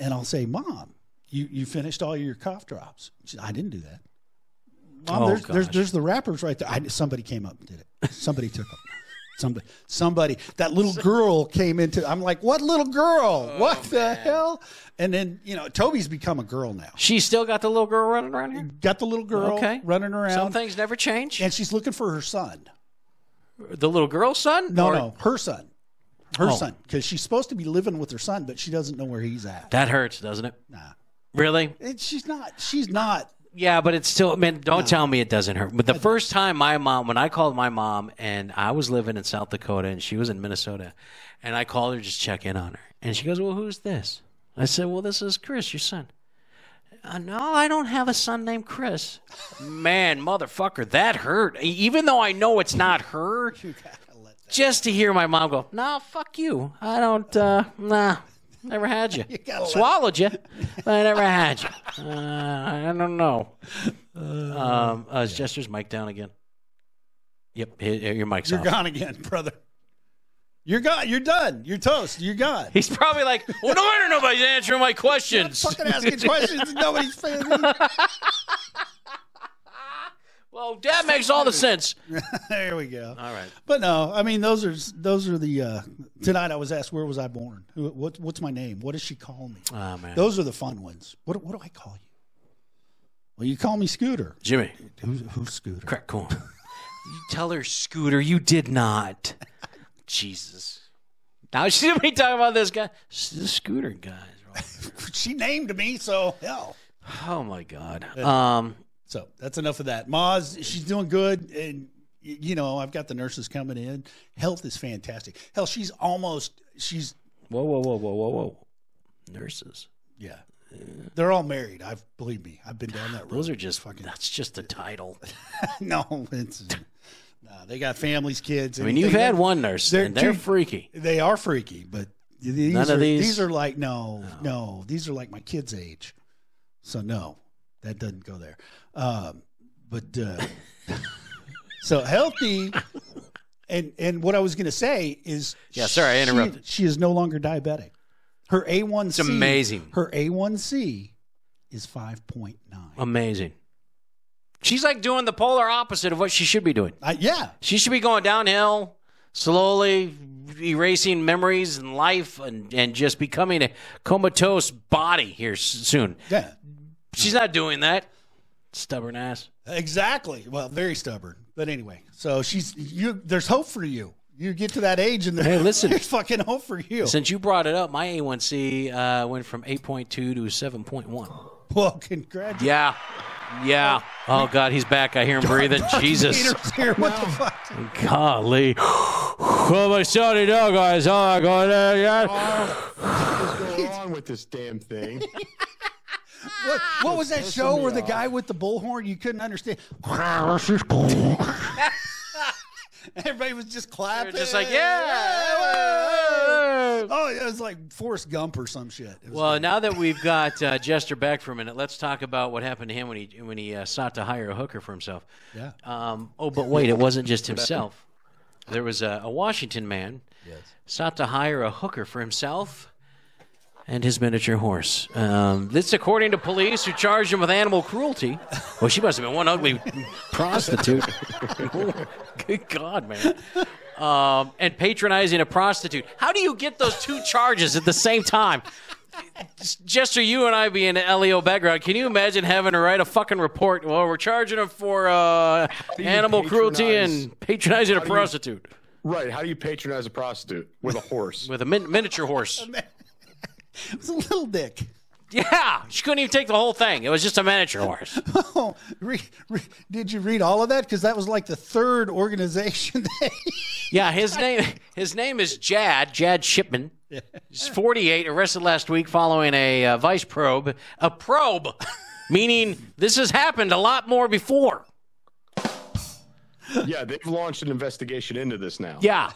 [SPEAKER 2] And I'll say, Mom, you, you finished all your cough drops. She, I didn't do that. Mom,
[SPEAKER 1] Oh,
[SPEAKER 2] there's, there's,
[SPEAKER 1] gosh.
[SPEAKER 2] there's the wrappers right there. I, somebody came up and did it. Somebody took them. Somebody, somebody, that little girl came into. I'm like, what little girl?
[SPEAKER 1] Oh,
[SPEAKER 2] what the hell? And then, you know, Toby's become a girl now.
[SPEAKER 1] She's still got the little girl running around here.
[SPEAKER 2] Got the little girl
[SPEAKER 1] Okay.
[SPEAKER 2] running around,
[SPEAKER 1] Some things never change.
[SPEAKER 2] and she's looking for her son.
[SPEAKER 1] The little girl's son?
[SPEAKER 2] No,
[SPEAKER 1] Or-
[SPEAKER 2] no, her son. Her
[SPEAKER 1] Oh.
[SPEAKER 2] son, because she's supposed to be living with her son, but she doesn't know where he's at.
[SPEAKER 1] That hurts, doesn't it?
[SPEAKER 2] Nah.
[SPEAKER 1] Really?
[SPEAKER 2] And she's not. She's not.
[SPEAKER 1] Yeah, but it's still, man, don't tell me it doesn't hurt. But the first time my mom, when I called my mom and I was living in South Dakota and she was in Minnesota, and I called her to just check in on her. And she goes, Well, who's this? I said, Well, this is Chris, your son. "Uh, no, I don't have a son named Chris. Man, motherfucker, that hurt. E- Even though I know it's not her, just to hear my mom go, "Nah, fuck you. I don't. Uh, nah, never had you. Swallowed you, but I never had you. Uh, I don't know." Um, uh, is Jester's mic down again? Yep, hi- your mic's
[SPEAKER 2] You're
[SPEAKER 1] off.
[SPEAKER 2] gone again, brother. You're gone. You're done. You're toast. You're gone.
[SPEAKER 1] He's probably like, "Well, no wonder nobody's answering my questions."
[SPEAKER 2] Fucking asking questions. and Nobody's fan.
[SPEAKER 1] well, that makes all the sense.
[SPEAKER 2] there we go.
[SPEAKER 1] All right.
[SPEAKER 2] But no, I mean those are those are the. Uh, tonight I was asked where was I born. Who, what, what's my name? What does she call me?
[SPEAKER 1] Oh man,
[SPEAKER 2] Those are the fun ones. What what do I call you? Well, you call me Scooter.
[SPEAKER 1] Jimmy.
[SPEAKER 2] Who's, who's Scooter?
[SPEAKER 1] Crack corn. you tell her, Scooter, you did not. Jesus. Now she'll be talking about this guy. S- The Scooter guy.
[SPEAKER 2] She named me, so hell.
[SPEAKER 1] Oh my God. Um.
[SPEAKER 2] So that's enough of that. Ma's she's doing good, and y- you know I've got the nurses coming in. Health is fantastic. Hell, she's almost she's
[SPEAKER 1] Whoa, whoa, whoa, whoa, whoa, whoa. Nurses.
[SPEAKER 2] yeah. They're all married. I've believe me, I've been down that road.
[SPEAKER 1] Those are just fucking. That's just a title.
[SPEAKER 2] no, it's nah, they got families, kids.
[SPEAKER 1] I mean, you've had one nurse,
[SPEAKER 2] They're
[SPEAKER 1] and they're
[SPEAKER 2] dude-
[SPEAKER 1] freaky.
[SPEAKER 2] They are freaky, but these
[SPEAKER 1] None
[SPEAKER 2] are,
[SPEAKER 1] of these-
[SPEAKER 2] these are like no, no, these are like my kids' age. So no, that doesn't go there. Um, but uh, so healthy, and and what I was going to say is,
[SPEAKER 1] Yeah, sorry, I
[SPEAKER 2] she-
[SPEAKER 1] interrupted.
[SPEAKER 2] She, is no longer diabetic. Her A one C
[SPEAKER 1] It's amazing.
[SPEAKER 2] Her A one C is five point nine.
[SPEAKER 1] Amazing. She's like doing the polar opposite of what she should be doing.
[SPEAKER 2] yeah,
[SPEAKER 1] She should be going downhill, slowly erasing memories and life, and, and just becoming a comatose body here s- soon.
[SPEAKER 2] yeah,
[SPEAKER 1] She's not doing that. Stubborn ass.
[SPEAKER 2] exactly. Well, very stubborn, but anyway. So she's you. There's hope for you. You get to that age, and
[SPEAKER 1] Hey, listen.
[SPEAKER 2] there's fucking hope for you.
[SPEAKER 1] Since you brought it up, my A1C uh, went from 8.2 to 7.1.
[SPEAKER 2] Well, congratulations.
[SPEAKER 1] Yeah. Yeah. Oh, God, he's back. I hear him breathing. Jesus.
[SPEAKER 2] Peter's here. What the fuck?
[SPEAKER 1] Golly. Well, my Saudi dog guys, oh my god, uh, yeah.
[SPEAKER 3] Oh, what's going on with this damn thing?
[SPEAKER 2] What, what was that show where the guy with the bullhorn you couldn't understand? Everybody was just clapping.
[SPEAKER 1] just like, yeah.
[SPEAKER 2] Oh, it was like Forrest Gump or some shit. It was
[SPEAKER 1] Well,
[SPEAKER 2] great.
[SPEAKER 1] now that we've got uh, Jester back for a minute, let's talk about what happened to him when he when he uh, sought to hire a hooker for himself.
[SPEAKER 2] yeah.
[SPEAKER 1] Um, oh, but wait, it wasn't just himself. There was a, a Washington man sought to hire a hooker for himself and his miniature horse. Um, this, according to police, who charged him with animal cruelty. Well, she must have been one ugly prostitute. Good God, man. Um, and patronizing a prostitute. How do you get those two charges at the same time? Jester, you and I being an LEO background, can you imagine having to write a fucking report? Well, we're charging him for uh,
[SPEAKER 3] you
[SPEAKER 1] animal cruelty
[SPEAKER 3] patronize-
[SPEAKER 1] and patronizing a
[SPEAKER 3] do you-
[SPEAKER 1] prostitute
[SPEAKER 3] Right. How do you patronize a prostitute with a horse?
[SPEAKER 1] with a min- miniature horse.
[SPEAKER 2] It was a little dick.
[SPEAKER 1] Yeah, she couldn't even take the whole thing. It was just a miniature horse.
[SPEAKER 2] Oh, re, re, did you read all of that? Because that was like the third organization. They,
[SPEAKER 1] Yeah, his name his name is Jad Jad Shipman. He's 48, arrested last week following a uh, vice probe. A probe, meaning this has happened a lot more before.
[SPEAKER 3] yeah, they've launched an investigation into this now.
[SPEAKER 1] Yeah.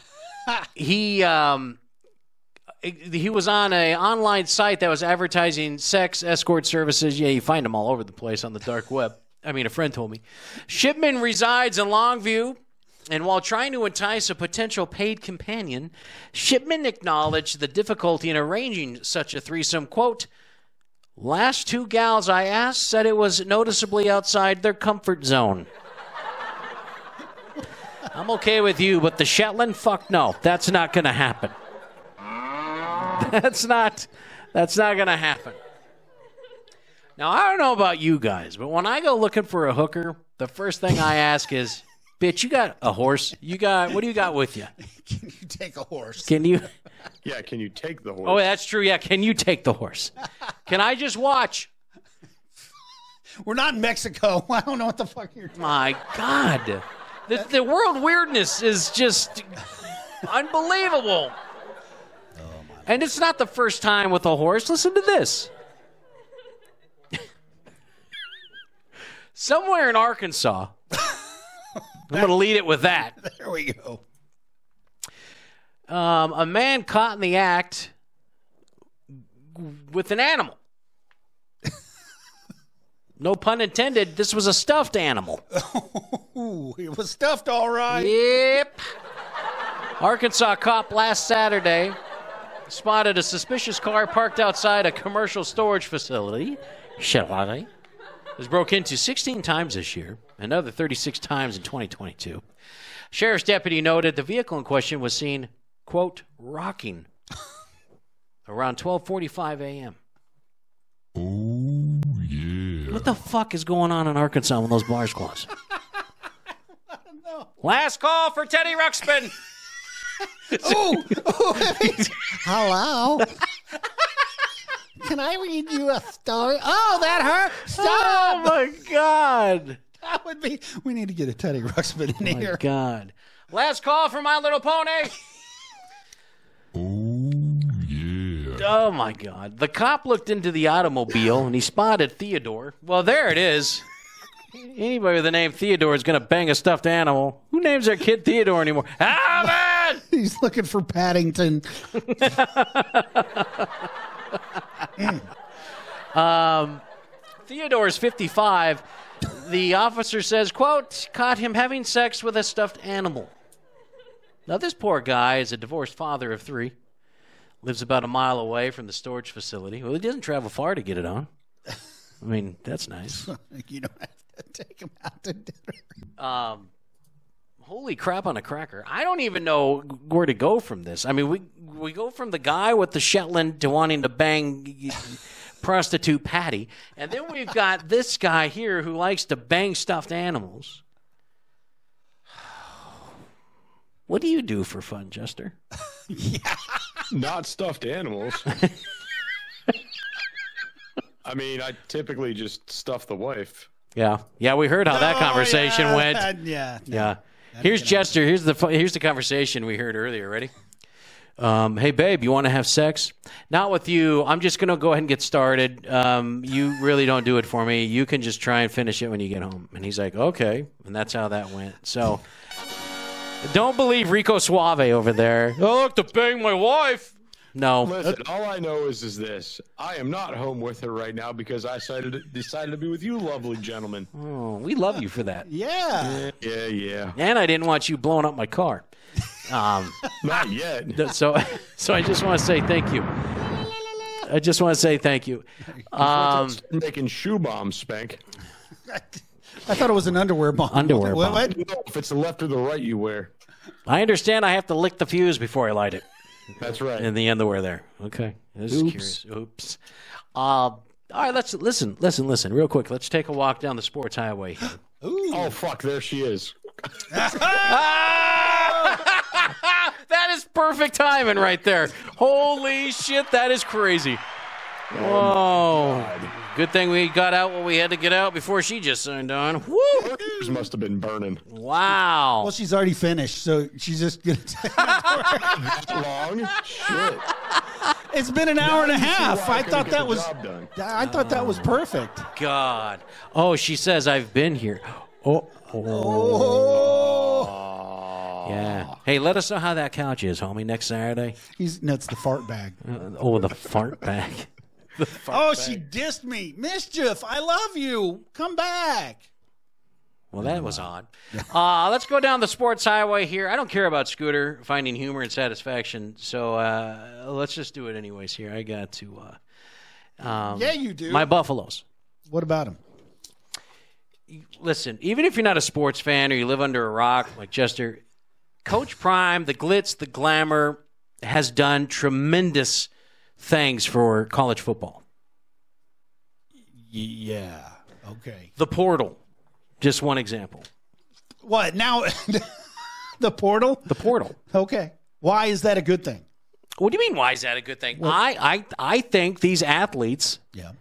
[SPEAKER 1] he um he was on a online site that was advertising sex escort services. Yeah, you find them all over the place on the dark web. I mean, a friend told me. Shipman resides in Longview, and while trying to entice a potential paid companion, Shipman acknowledged the difficulty in arranging such a threesome. Quote, last two gals I asked said it was noticeably outside their comfort zone. I'm okay with you, but the Shetland, fuck no, that's not gonna happen. That's not, that's not gonna happen. Now I don't know about you guys, but when I go looking for a hooker, the first thing I ask is, "Bitch, you got a horse? You got what do you got with you?
[SPEAKER 2] can you take a horse?
[SPEAKER 1] Can you?
[SPEAKER 3] Yeah. Can you take the horse?
[SPEAKER 1] Oh, that's true. Yeah, can you take the horse? Can I just watch?
[SPEAKER 2] We're not in Mexico. I don't know what the fuck you're talking.
[SPEAKER 1] My God, the the world weirdness is just unbelievable. and it's not the first time with a horse. Listen to this. Somewhere in Arkansas, I'm going to lead it with that.
[SPEAKER 2] There we go.
[SPEAKER 1] Um, a man caught in the act with an animal. No pun intended. This was a stuffed animal.
[SPEAKER 2] Ooh, it was stuffed all right.
[SPEAKER 1] Yep. Arkansas cop last Saturday spotted a suspicious car parked outside a commercial storage facility. Chevrolet. It was broke into 16 times this year, another 36 times in 2022. Sheriff's deputy noted the vehicle in question was seen, quote, rocking around 12:45 a.m. Oh yeah. What the fuck is going on in Arkansas when those bars close? Last call for Teddy Ruxpin.
[SPEAKER 2] Ooh, hello. Can I read you a story? Oh, that hurt.
[SPEAKER 1] Oh
[SPEAKER 2] Stop.
[SPEAKER 1] my God.
[SPEAKER 2] That would be. We need to get a Teddy Ruxpin in
[SPEAKER 1] Oh My
[SPEAKER 2] here.
[SPEAKER 1] God. Last call for My Little Pony. Oh, yeah. Oh, my God. The cop looked into the automobile and he spotted Theodore. Well, there it is. Anybody with the name Theodore is going to bang a stuffed animal. Who names their kid Theodore anymore? Ah, man!
[SPEAKER 2] He's looking for Paddington.
[SPEAKER 1] Theodore is 55. The officer says, quote, caught him having sex with a stuffed animal. Now, this poor guy is a divorced father of three, lives about a mile away from the storage facility. Well, he doesn't travel far to get it on. I mean, that's nice.
[SPEAKER 2] You don't have to take him out to dinner.
[SPEAKER 1] Um, holy crap on a cracker. I don't even know where to go from this. I mean, we, we go from the guy with the Shetland to wanting to bang prostitute Patty. And then we've got this guy here who likes to bang stuffed animals. What do you do for fun, Jester?
[SPEAKER 3] Not stuffed animals. I mean, I typically just stuff the wife.
[SPEAKER 1] Yeah. Yeah, we heard how that
[SPEAKER 2] Oh,
[SPEAKER 1] conversation
[SPEAKER 2] yeah,
[SPEAKER 1] went.
[SPEAKER 2] that- yeah.
[SPEAKER 1] Yeah. Here's Jester. Here's the fu- here's the conversation we heard earlier. Ready? Um, hey babe, you want to have sex? Not with you. I'm just gonna go ahead and get started. Um, you really don't do it for me. You can just try and finish it when you get home. And he's like, okay. And that's how that went. So don't believe Rico Suave over there. I like to bang my wife. No,
[SPEAKER 3] Listen, all I know is is this: I am not home with her right now because I decided decided to be with you, lovely gentlemen.
[SPEAKER 1] Oh, we love you for that.
[SPEAKER 2] Yeah.
[SPEAKER 3] Yeah, yeah,
[SPEAKER 1] And I didn't want you blowing up my car. Um,
[SPEAKER 3] not yet.
[SPEAKER 1] so, so I just want to say thank you. I just want to say thank you. Um,
[SPEAKER 3] Making shoe bombs, spank.
[SPEAKER 2] I thought it was an underwear bomb.
[SPEAKER 1] Underwear
[SPEAKER 2] What-
[SPEAKER 1] bomb.
[SPEAKER 2] what?
[SPEAKER 3] No, if it's the left or the right you wear.
[SPEAKER 1] I understand I have to lick the fuse before I light it.
[SPEAKER 3] That's right.
[SPEAKER 1] in the underwear there. Okay. This is curious. Oops. Uh, all right, let's listen, listen, listen, real quick. Let's take a walk down the sports highway. here.
[SPEAKER 3] oh fuck, there she is.
[SPEAKER 1] that is perfect timing right there. Holy shit, that is crazy. Whoa. Good thing we got out what we had to get out before she just signed on. Woo.
[SPEAKER 3] Her ears must have been burning.
[SPEAKER 1] Wow.
[SPEAKER 2] Well, she's already finished, so she's just gonna.
[SPEAKER 3] Long shit.
[SPEAKER 2] it's been an hour and a half.
[SPEAKER 3] Why
[SPEAKER 2] I
[SPEAKER 3] couldn't
[SPEAKER 2] thought
[SPEAKER 3] get
[SPEAKER 2] that
[SPEAKER 3] the
[SPEAKER 2] was.
[SPEAKER 3] job done.
[SPEAKER 2] I thought that was perfect.
[SPEAKER 1] God. Oh, she says I've been here. Oh.
[SPEAKER 3] Oh.
[SPEAKER 1] Yeah. Hey, let us know how that couch is, homie, next Saturday.
[SPEAKER 2] He's no, it's the fart bag.
[SPEAKER 1] Oh, the fart bag.
[SPEAKER 2] Oh, she dissed me, mischief. I love you. Come back.
[SPEAKER 1] Well, that was odd. Uh, let's go down the sports highway here. I don't care about Scooter finding humor and satisfaction, so uh, let's just do it anyways. Here, I got to. Uh, um,
[SPEAKER 2] Yeah, you do.
[SPEAKER 1] My Buffaloes.
[SPEAKER 2] What about him?
[SPEAKER 1] Listen, even if you're not a sports fan or you live under a rock like Chester, Coach Prime, the glitz, the glamour, has done tremendous things for college football.
[SPEAKER 2] Yeah. Okay.
[SPEAKER 1] The portal, just one example.
[SPEAKER 2] What now? the portal.
[SPEAKER 1] The portal.
[SPEAKER 2] Okay. Why is that a good thing?
[SPEAKER 1] What do you mean? Why is that a good thing? I, I, I think these athletes
[SPEAKER 2] Yeah.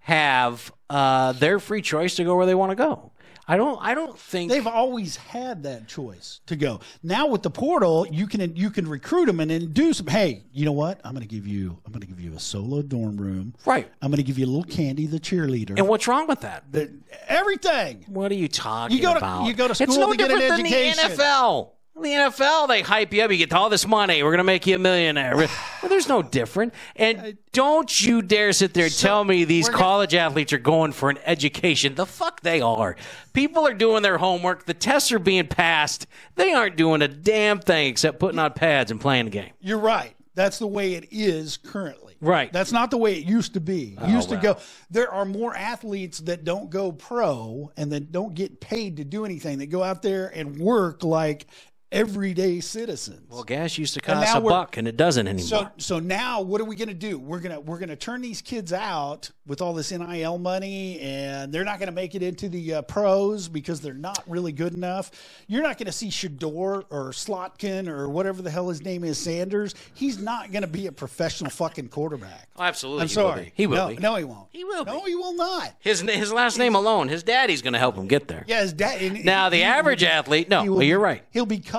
[SPEAKER 1] have uh, their free choice to go where they want to go. I don't. I don't think.
[SPEAKER 2] They've always had that choice to go. Now with the portal, you can you can recruit them and then do some. Hey, you know what? I'm going to give you I'm going to give you a solo dorm room.
[SPEAKER 1] Right.
[SPEAKER 2] I'm going to give you a little candy, the cheerleader,
[SPEAKER 1] and what's wrong with that?
[SPEAKER 2] the- everything.
[SPEAKER 1] What are you talking
[SPEAKER 2] You go to-
[SPEAKER 1] about?
[SPEAKER 2] you go to
[SPEAKER 1] it's
[SPEAKER 2] school
[SPEAKER 1] no
[SPEAKER 2] to get an
[SPEAKER 1] different than
[SPEAKER 2] education.
[SPEAKER 1] the NFL. In The NFL, they hype you up. You get all this money. We're gonna make you a millionaire. well, there's no different. And don't you dare sit there and tell me these college athletes are going for an education. The fuck they are. People are doing their homework. The tests are being passed. They aren't doing a damn thing except putting on pads and playing the game.
[SPEAKER 2] You're right. That's the way it is currently.
[SPEAKER 1] Right. Oh,
[SPEAKER 2] That's not the way it used to be. It used
[SPEAKER 1] wow.
[SPEAKER 2] to go. There are more athletes that don't go pro and that don't get paid to do anything. They go out there and work like everyday citizens.
[SPEAKER 1] Well, gas used to
[SPEAKER 2] And
[SPEAKER 1] cost a
[SPEAKER 2] now we're-
[SPEAKER 1] buck, and it doesn't anymore.
[SPEAKER 2] So so now what are we going to do? We're going to we're going to turn these kids out with all this NIL money and they're not going to make it into the uh, pros because they're not really good enough. You're not going to see Shador or Slotkin or whatever the hell his name is Sanders. He's not going to be a professional fucking quarterback.
[SPEAKER 1] Oh, absolutely,
[SPEAKER 2] I'm
[SPEAKER 1] he
[SPEAKER 2] sorry.
[SPEAKER 1] will be. He will
[SPEAKER 2] no,
[SPEAKER 1] be.
[SPEAKER 2] No, he won't.
[SPEAKER 1] He will
[SPEAKER 2] No,
[SPEAKER 1] be.
[SPEAKER 2] he will not.
[SPEAKER 1] his his last name alone, his daddy's going to help him get there.
[SPEAKER 2] Yeah, his dad. and-
[SPEAKER 1] Now the
[SPEAKER 2] he-
[SPEAKER 1] average athlete, no,
[SPEAKER 2] he will
[SPEAKER 1] well,
[SPEAKER 2] be-
[SPEAKER 1] you're right.
[SPEAKER 2] He'll be cut.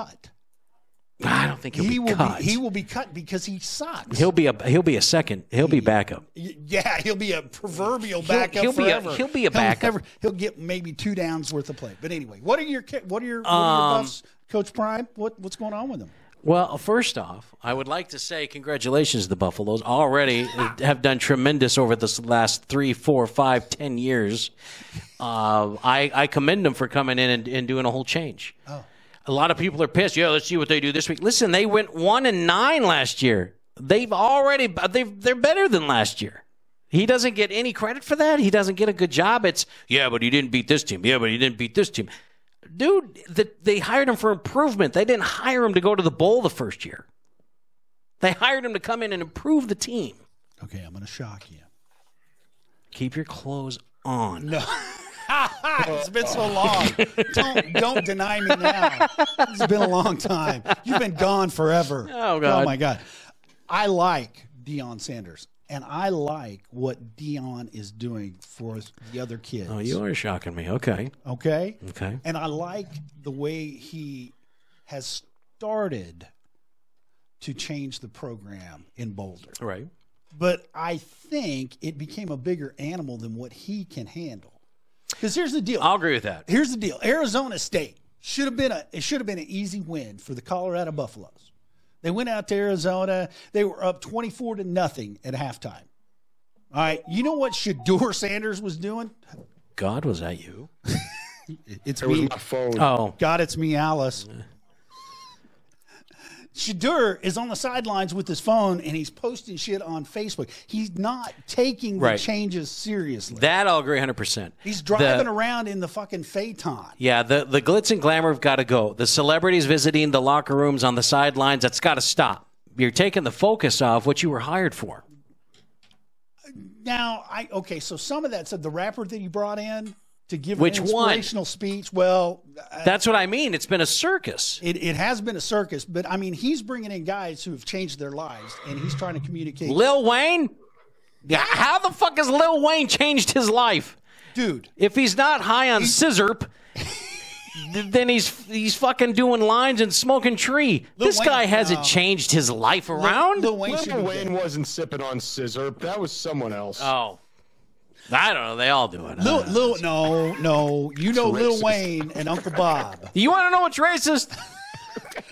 [SPEAKER 1] I don't think he'll
[SPEAKER 2] he
[SPEAKER 1] be
[SPEAKER 2] will
[SPEAKER 1] cut.
[SPEAKER 2] be. He will be cut because he sucks.
[SPEAKER 1] he'll be a he'll be a second. He'll be backup.
[SPEAKER 2] Y- Yeah, he'll be a proverbial backup
[SPEAKER 1] he'll be a-
[SPEAKER 2] forever.
[SPEAKER 1] he'll be a backup.
[SPEAKER 2] never- he'll get maybe two downs worth of play. But anyway, what are your ca- what are your, what are your
[SPEAKER 1] Um,
[SPEAKER 2] buffs, Coach Prime? What what's going on with him?
[SPEAKER 1] Well, first off, I would like to say congratulations to the Buffaloes. Already have done tremendous over this last three, four, five, ten years. Uh, I, I commend them for coming in and, and doing a whole change. A lot of people are pissed. Yeah, let's see what they do this week. Listen, they went one and nine last year. They've already they've they're better than last year. He doesn't get any credit for that. He doesn't get a good job. It's yeah, but he didn't beat this team. Yeah, but he didn't beat this team dude, the, they hired him for improvement. They didn't hire him to go to the bowl the first year. They hired him to come in and improve the team.
[SPEAKER 2] Okay, I'm going to shock you.
[SPEAKER 1] Keep your clothes on.
[SPEAKER 2] it's been so long. don't don't deny me now. It's been a long time. You've been gone forever.
[SPEAKER 1] Oh, God.
[SPEAKER 2] Oh my god. I like Deion Sanders, and I like what Deion is doing for the other kids.
[SPEAKER 1] Oh, you are shocking me. Okay.
[SPEAKER 2] okay.
[SPEAKER 1] Okay.
[SPEAKER 2] And I like the way he has started to change the program in Boulder.
[SPEAKER 1] Right.
[SPEAKER 2] But I think it became a bigger animal than what he can handle. Because here's the deal.
[SPEAKER 1] I'll agree with that.
[SPEAKER 2] Here's the deal. Arizona State should have been a it should have been an easy win for the Colorado Buffaloes. They went out to Arizona. They were up 24 to nothing at halftime. All right. You know what Shador Sanders was doing?
[SPEAKER 1] God, was that you?
[SPEAKER 2] It's
[SPEAKER 3] It was my phone.
[SPEAKER 1] Oh,
[SPEAKER 2] God, it's me, Alice. Shadur is on the sidelines with his phone and he's posting shit on Facebook. He's not taking the
[SPEAKER 1] Right.
[SPEAKER 2] changes seriously.
[SPEAKER 1] that I'll agree 100%.
[SPEAKER 2] he's driving
[SPEAKER 1] the-
[SPEAKER 2] around in the fucking Phaeton.
[SPEAKER 1] Yeah, the, the glitz and glamour have got to go. The celebrities visiting the locker rooms on the sidelines, that's got to stop. You're taking the focus off what you were hired for.
[SPEAKER 2] Now, I okay, so some of that said the rapper that you brought in to give
[SPEAKER 1] Which
[SPEAKER 2] an
[SPEAKER 1] one?
[SPEAKER 2] inspirational speech. Well, uh,
[SPEAKER 1] That's what I mean. It's been a circus.
[SPEAKER 2] it, it has been a circus, but I mean, he's bringing in guys who have changed their lives and he's trying to communicate.
[SPEAKER 1] Lil Wayne? Yeah, How the fuck has Lil Wayne changed his life?
[SPEAKER 2] Dude,
[SPEAKER 1] If he's not high on scissorp, th- then he's he's fucking doing lines and smoking tree. this
[SPEAKER 2] Wayne-
[SPEAKER 1] guy hasn't
[SPEAKER 2] no.
[SPEAKER 1] changed his life around.
[SPEAKER 2] Lil Wayne should
[SPEAKER 3] Lil
[SPEAKER 2] be
[SPEAKER 3] Wayne
[SPEAKER 2] dead.
[SPEAKER 3] wasn't sipping on scissor. That was someone else.
[SPEAKER 1] oh, I don't know. They all do it.
[SPEAKER 2] Lil, Lil, no, no. You know Lil
[SPEAKER 3] racist.
[SPEAKER 2] Wayne and Uncle Bob.
[SPEAKER 1] You want to know what's racist?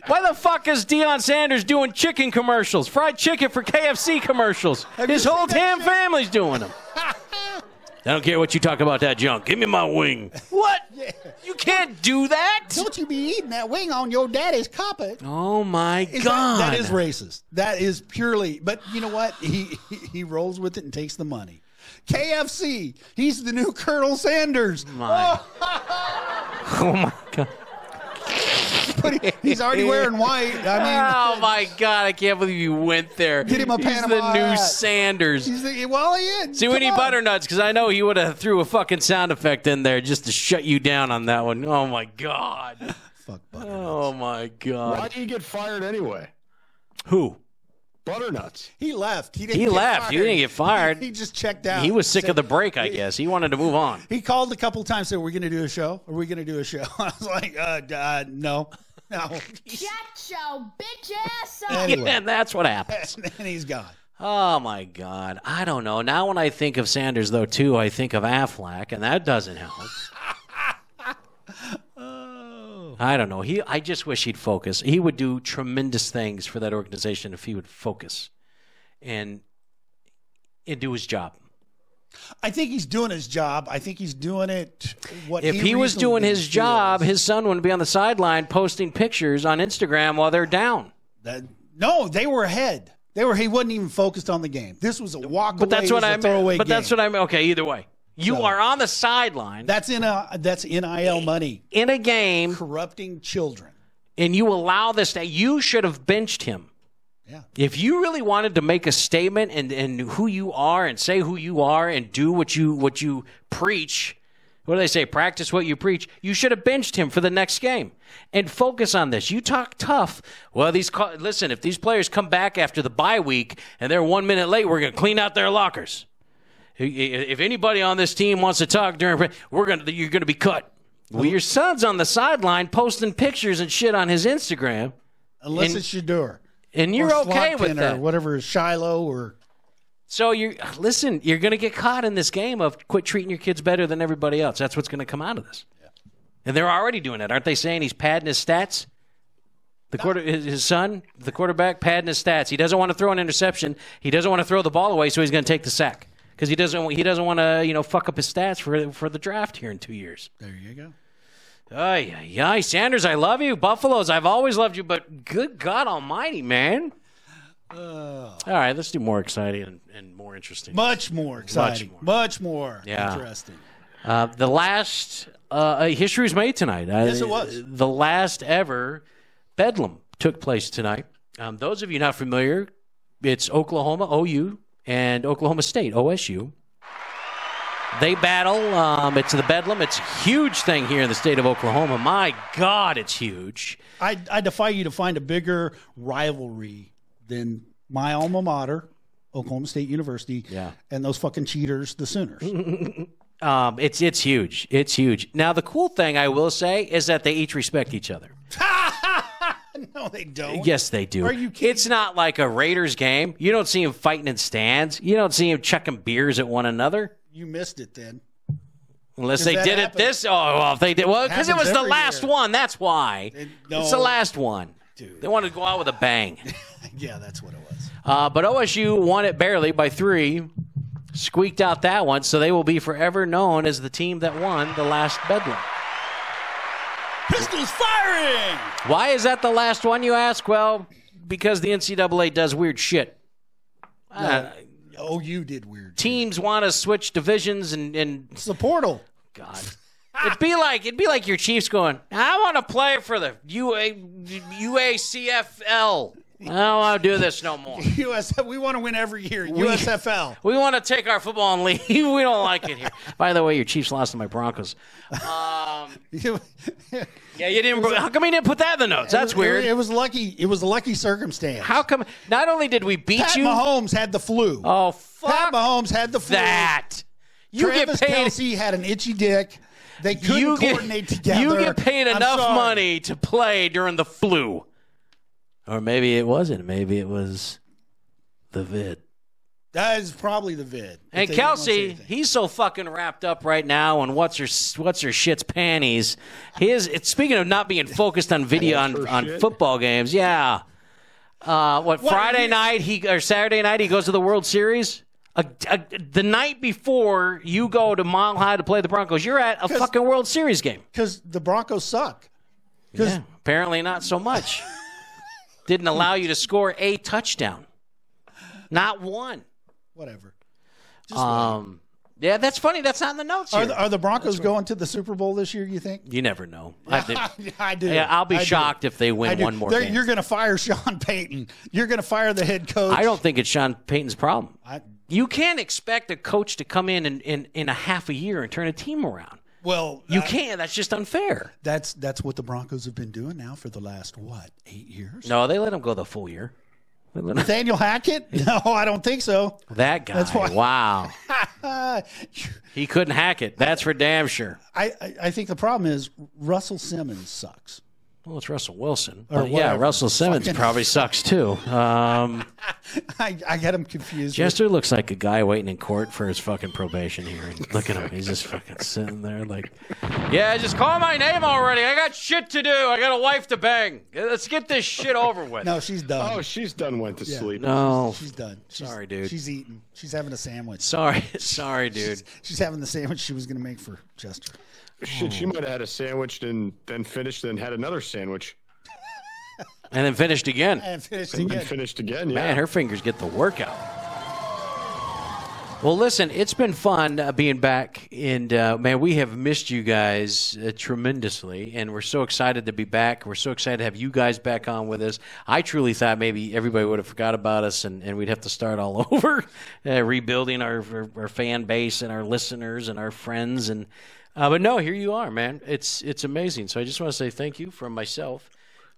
[SPEAKER 1] Why the fuck is Deion Sanders doing chicken commercials, fried chicken for KFC commercials? His whole damn family's doing them. I don't care what you talk about that junk. Give me my wing. What? You can't do that.
[SPEAKER 2] Don't you be eating that wing on your daddy's carpet.
[SPEAKER 1] Oh my
[SPEAKER 2] Is that-
[SPEAKER 1] god.
[SPEAKER 2] that is racist. That is purely. But you know what? He, he he rolls with it and takes the money. KFC. He's the new Colonel Sanders.
[SPEAKER 1] My. Oh my god.
[SPEAKER 2] But he- he's already wearing white. I
[SPEAKER 1] Oh
[SPEAKER 2] mean,
[SPEAKER 1] my god, I can't believe you went there.
[SPEAKER 2] Get him a
[SPEAKER 1] He's the
[SPEAKER 2] Panama
[SPEAKER 1] new
[SPEAKER 2] hat.
[SPEAKER 1] Sanders.
[SPEAKER 2] he's the, well, he is.
[SPEAKER 1] Do we
[SPEAKER 2] Come
[SPEAKER 1] need
[SPEAKER 2] on.
[SPEAKER 1] butternuts? Because I know he would have threw a fucking sound effect in there just to shut you down on that one. Oh my god.
[SPEAKER 2] Fuck butter.
[SPEAKER 1] Oh my god.
[SPEAKER 3] Why do you get fired anyway?
[SPEAKER 1] Who?
[SPEAKER 3] Butternuts.
[SPEAKER 2] He left. He didn't.
[SPEAKER 1] He
[SPEAKER 2] get
[SPEAKER 1] left.
[SPEAKER 2] Fired.
[SPEAKER 1] You didn't get fired.
[SPEAKER 2] He just checked out.
[SPEAKER 1] He was sick
[SPEAKER 2] Said-
[SPEAKER 1] of the break, I guess. He wanted to move on.
[SPEAKER 2] He called a couple times. Said, "We're going to do a show. Are we going to do a show?" I was like, "Uh, d- uh no, no."
[SPEAKER 5] Shut your bitch ass up.
[SPEAKER 2] Anyway,
[SPEAKER 1] And that's what happens.
[SPEAKER 2] and he's gone.
[SPEAKER 1] Oh my God. I don't know. Now when I think of Sanders though too, I think of Affleck, and that doesn't help. I don't know. He I just wish he'd focus. He would do tremendous things for that organization if he would focus and and do his job.
[SPEAKER 2] I think he's doing his job. I think he's doing it. What
[SPEAKER 1] If he was doing
[SPEAKER 2] reasonably
[SPEAKER 1] his job,
[SPEAKER 2] feels.
[SPEAKER 1] his son wouldn't be on the sideline posting pictures on Instagram while they're down.
[SPEAKER 2] That- no, they were ahead. They were. He wasn't even focused on the game. This was a walk.
[SPEAKER 1] But that's what I
[SPEAKER 2] I
[SPEAKER 1] mean. But that's what I mean. Okay, either way. You
[SPEAKER 2] So-
[SPEAKER 1] are on the sideline
[SPEAKER 2] That's in a. That's nil money
[SPEAKER 1] in a game
[SPEAKER 2] corrupting children.
[SPEAKER 1] and you allow this that you should have benched him.
[SPEAKER 2] Yeah.
[SPEAKER 1] If you really wanted to make a statement and, and who you are and say who you are and do what you what you preach, what do they say? Practice what you preach. You should have benched him for the next game and focus on this. You talk tough. Well, these co- listen. If these players come back after the bye week and they're one minute late, we're going to clean out their lockers. I- i- If anybody on this team wants to talk during, we're going to you're going to be cut. Well, your son's on the sideline posting pictures and shit on his Instagram,
[SPEAKER 2] Unless
[SPEAKER 1] And-
[SPEAKER 2] it's Shadur.
[SPEAKER 1] and you're
[SPEAKER 2] or
[SPEAKER 1] okay
[SPEAKER 2] Slotkin
[SPEAKER 1] with that.
[SPEAKER 2] or whatever Shiloh or
[SPEAKER 1] So you listen, you're going to get caught in this game of quit treating your kids better than everybody else. That's what's going to come out of this. And they're already doing it, aren't they? Saying he's padding his stats. The quarter, his his son, the quarterback, padding his stats. He doesn't want to throw an interception. He doesn't want to throw the ball away, so he's going to take the sack because he doesn't he doesn't want to you know fuck up his stats for for the draft here in two years.
[SPEAKER 2] there you go.
[SPEAKER 1] Ay, ay, ay. Sanders, I love you. Buffaloes, I've always loved you, but good God Almighty, man! All right, let's do more exciting and, and more interesting.
[SPEAKER 2] Much more exciting.
[SPEAKER 1] more.
[SPEAKER 2] Much more,
[SPEAKER 1] Yeah.
[SPEAKER 2] interesting.
[SPEAKER 1] Uh, the last uh, uh, history was made tonight. Uh,
[SPEAKER 2] Yes, it was.
[SPEAKER 1] The last ever bedlam took place tonight. Um, those of you not familiar, it's Oklahoma OU and Oklahoma State OSU. They battle. Um, it's the bedlam. It's a huge thing here in the state of Oklahoma. My God, it's huge.
[SPEAKER 2] I, I defy you to find a bigger rivalry than my alma mater, Oklahoma State University,
[SPEAKER 1] Yeah.
[SPEAKER 2] and those fucking cheaters, the Sooners.
[SPEAKER 1] Um, it's it's huge. It's huge. Now the cool thing I will say is that they each respect each other.
[SPEAKER 6] No, they don't.
[SPEAKER 1] Yes, they do.
[SPEAKER 6] Are you kidding?
[SPEAKER 1] It's not like a Raiders game. You don't see them fighting in stands. You don't see them chucking beers at one another.
[SPEAKER 6] You missed it then.
[SPEAKER 1] Unless
[SPEAKER 6] Does
[SPEAKER 1] they
[SPEAKER 6] that
[SPEAKER 1] did
[SPEAKER 6] happen?
[SPEAKER 1] it this. Oh, well, if they did. Well, because it
[SPEAKER 6] Happens
[SPEAKER 1] was the
[SPEAKER 6] every
[SPEAKER 1] last
[SPEAKER 6] year.
[SPEAKER 1] one. That's why.
[SPEAKER 6] It- no.
[SPEAKER 1] It's the last one.
[SPEAKER 6] Dude.
[SPEAKER 1] They wanted to go out with a bang.
[SPEAKER 6] Yeah, that's what it was.
[SPEAKER 1] Uh, but OSU won it barely by three, squeaked out that one, so they will be forever known as the team that won the last Bedlam.
[SPEAKER 6] Pistols firing!
[SPEAKER 1] Why is that the last one, you ask? Well, because the NCAA does weird shit. Uh,
[SPEAKER 6] Oh, you did weird.
[SPEAKER 1] teams want to switch divisions and, and
[SPEAKER 6] It's the portal.
[SPEAKER 1] God. It'd be like it'd be like your Chiefs going. I want to play for the UA UACFL. I don't want to do this no more.
[SPEAKER 6] USF. We want to win every year. USFL.
[SPEAKER 1] We want to take our football and leave. We don't like it here. By the way, your Chiefs lost to my Broncos. Yeah, you didn't. How come you didn't put that in the notes? That's
[SPEAKER 6] It, it
[SPEAKER 1] weird.
[SPEAKER 6] was lucky. It was a lucky circumstance.
[SPEAKER 1] How come? Not only did we beat
[SPEAKER 6] Pat
[SPEAKER 1] you.
[SPEAKER 6] Mahomes had the flu.
[SPEAKER 1] Oh
[SPEAKER 6] Pat
[SPEAKER 1] fuck
[SPEAKER 6] Mahomes had the flu.
[SPEAKER 1] that! You
[SPEAKER 6] Travis
[SPEAKER 1] get paid.
[SPEAKER 6] Kelsey had an itchy dick. They couldn't
[SPEAKER 1] you get
[SPEAKER 6] coordinate together.
[SPEAKER 1] you get paid
[SPEAKER 6] I'm
[SPEAKER 1] enough
[SPEAKER 6] sorry.
[SPEAKER 1] money to play during the flu, or maybe it wasn't. Maybe it was the vid.
[SPEAKER 6] That is probably the vid. if they
[SPEAKER 1] And
[SPEAKER 6] didn't want to say
[SPEAKER 1] Kelsey,
[SPEAKER 6] anything.
[SPEAKER 1] he's so fucking wrapped up right now on what's her what's her shit's panties. His it's speaking of not being focused on video on, on football games. Yeah. Uh, what, Friday
[SPEAKER 6] you-
[SPEAKER 1] night he or Saturday night he goes to the World Series. A, a, the night before you go to Mile High to play the Broncos, you're at a fucking World Series game.
[SPEAKER 6] because the Broncos suck.
[SPEAKER 1] Yeah, apparently not so much. Didn't allow you to score a touchdown. Not one.
[SPEAKER 6] Whatever.
[SPEAKER 1] Um, yeah, that's funny. That's not in the notes.
[SPEAKER 6] Are
[SPEAKER 1] here.
[SPEAKER 6] the, are the Broncos going to the Super Bowl this year? You think?
[SPEAKER 1] You never know. I think-
[SPEAKER 6] I do.
[SPEAKER 1] yeah, I'll be
[SPEAKER 6] I do.
[SPEAKER 1] shocked if they
[SPEAKER 6] I
[SPEAKER 1] win
[SPEAKER 6] do.
[SPEAKER 1] one more
[SPEAKER 6] They're-
[SPEAKER 1] game.
[SPEAKER 6] You're going to fire Sean Payton. You're going to fire the head coach.
[SPEAKER 1] I don't think it's Sean Payton's problem.
[SPEAKER 6] I-
[SPEAKER 1] You can't expect a coach to come in in, in, in a half a year and turn a team around.
[SPEAKER 6] well, uh,
[SPEAKER 1] You
[SPEAKER 6] I-
[SPEAKER 1] can't. That's just unfair.
[SPEAKER 2] That's that's what the Broncos have been doing now for the last what eight years.
[SPEAKER 1] No, they let him go the full year. They let him-
[SPEAKER 6] Nathaniel Hackett? No, I don't think so.
[SPEAKER 1] That guy.
[SPEAKER 6] why-
[SPEAKER 1] Wow.
[SPEAKER 6] Uh,
[SPEAKER 1] He couldn't hack it. That's for damn sure.
[SPEAKER 2] I, I I think the problem is Russell Simmons sucks.
[SPEAKER 1] Well, it's Russell Wilson. But yeah,
[SPEAKER 2] whatever.
[SPEAKER 1] Russell Simmons
[SPEAKER 2] Fucking-
[SPEAKER 1] probably sucks too. Um,
[SPEAKER 6] I, I got him confused.
[SPEAKER 1] Jester looks like a guy waiting in court for his fucking probation hearing. Look at him. He's just fucking sitting there like, yeah, just call my name already. I got shit to do. I got a wife to bang. Let's get this shit over with.
[SPEAKER 6] no, she's done.
[SPEAKER 3] Oh, she's done. Went to sleep.
[SPEAKER 1] No.
[SPEAKER 6] she's done. She's,
[SPEAKER 1] Oh, Sorry, dude.
[SPEAKER 6] She's eating. She's having a sandwich.
[SPEAKER 1] Sorry. Sorry, dude.
[SPEAKER 6] She's having the sandwich she was going to make for Chester.
[SPEAKER 3] Shit, she might have had a sandwich and then finished, then had another sandwich
[SPEAKER 1] And then finished again.
[SPEAKER 6] And finished
[SPEAKER 3] and then
[SPEAKER 6] again.
[SPEAKER 3] finished again. Yeah.
[SPEAKER 1] Man, her fingers get the workout. Well, listen, it's been fun uh, being back, and uh, man, we have missed you guys uh, tremendously, and we're so excited to be back. We're so excited to have you guys back on with us. I truly thought maybe everybody would have forgot about us, and, and we'd have to start all over, uh, rebuilding our, our our fan base and our listeners and our friends, and uh, but no, here you are, man. It's it's amazing. So I just want to say thank you from myself.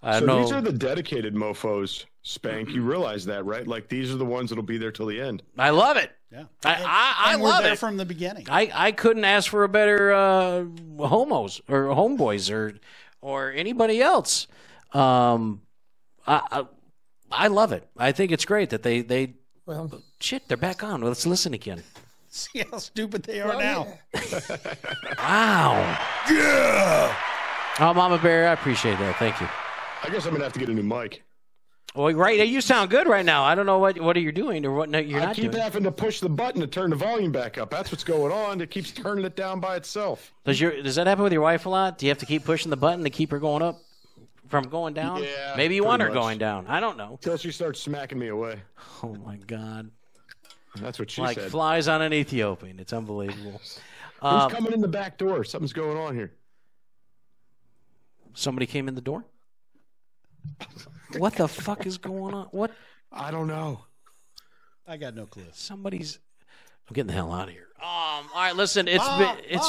[SPEAKER 1] I
[SPEAKER 3] So
[SPEAKER 1] know-
[SPEAKER 3] these are the dedicated mofo's, Spank. You realize that, right? Like these are the ones that'll be there till the end.
[SPEAKER 1] I love it.
[SPEAKER 6] Yeah.
[SPEAKER 1] I I, I
[SPEAKER 6] and
[SPEAKER 1] love
[SPEAKER 6] we're there
[SPEAKER 1] it.
[SPEAKER 6] from the beginning.
[SPEAKER 1] I, I couldn't ask for a better uh, homos or homeboys or or anybody else. Um, I, I I love it. I think it's great that they they
[SPEAKER 4] Well,
[SPEAKER 1] shit they're back on. Let's listen again.
[SPEAKER 6] See how stupid they are
[SPEAKER 4] well,
[SPEAKER 6] now.
[SPEAKER 4] yeah.
[SPEAKER 1] Wow. Yeah. Oh, Mama Bear, I appreciate that. Thank you.
[SPEAKER 3] I guess I'm gonna have to get a new mic.
[SPEAKER 1] Well, right, you sound good right now. I don't know what what are you doing or what no, you're
[SPEAKER 3] I
[SPEAKER 1] not
[SPEAKER 3] keep
[SPEAKER 1] doing.
[SPEAKER 3] having to push the button to turn the volume back up. That's what's going on. It keeps turning it down by itself.
[SPEAKER 1] Does your does that happen with your wife a lot? Do you have to keep pushing the button to keep her going up from going down?
[SPEAKER 3] Yeah,
[SPEAKER 1] Maybe you want her
[SPEAKER 3] pretty much.
[SPEAKER 1] going down. I don't know.
[SPEAKER 3] Till she starts smacking me away.
[SPEAKER 1] Oh my god.
[SPEAKER 3] That's what she
[SPEAKER 1] like
[SPEAKER 3] said.
[SPEAKER 1] flies on an Ethiopian. It's unbelievable.
[SPEAKER 3] Who's
[SPEAKER 1] Um,
[SPEAKER 3] coming in the back door? Something's going on here.
[SPEAKER 1] Somebody came in the door. What the fuck is going on? What?
[SPEAKER 3] I don't know.
[SPEAKER 6] I got no clue.
[SPEAKER 1] Somebody's. I'm getting the hell out of here. Ah, Um. All right. Listen. It's been it's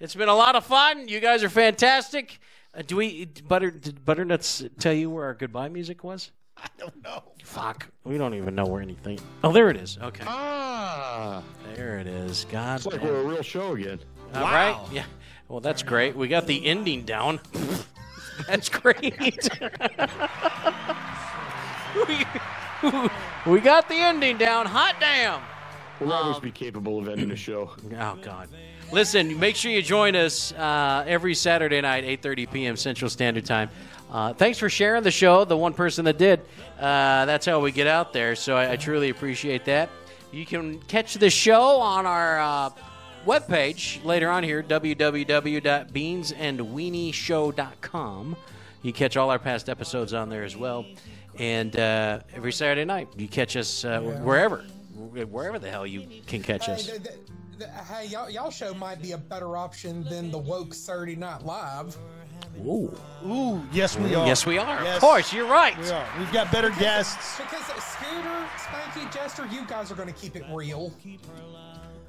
[SPEAKER 1] it's been a lot of fun. You guys are fantastic. Uh, do we butter? Did butternuts tell you where our goodbye music was?
[SPEAKER 6] I don't know.
[SPEAKER 1] Fuck. We don't even know where anything. Oh, there it is. Okay.
[SPEAKER 3] Ah,
[SPEAKER 1] There it is. God.
[SPEAKER 3] it's like
[SPEAKER 1] damn.
[SPEAKER 3] we're a real show again.
[SPEAKER 1] All right. Yeah. Well, that's great. We got the ending down. That's great. we, we got the ending down. Hot damn.
[SPEAKER 3] We'll
[SPEAKER 1] Um,
[SPEAKER 3] always be capable of ending a show.
[SPEAKER 1] Oh God! Listen, make sure you join us uh, every Saturday night, 8:30 p.m. Central Standard Time. Uh, thanks for sharing the show. The one person that did, uh, that's how we get out there. So I, I truly appreciate that. You can catch the show on our uh, webpage later on here, www.beansandweenieshow.com. You catch all our past episodes on there as well. And uh, every Saturday night, you catch us uh, wherever, wherever the hell you can catch us.
[SPEAKER 4] Hey, th- th- th- hey, y'all, y'all show might be a better option than the woke Saturday Night Live.
[SPEAKER 1] Ooh.
[SPEAKER 6] Ooh, yes we are.
[SPEAKER 1] Yes, we are.
[SPEAKER 6] Yes.
[SPEAKER 1] Of course, you're right.
[SPEAKER 6] We are. We've got better guests.
[SPEAKER 4] Because uh, Scooter, Spanky, Jester, you guys are going to keep it real. Uh,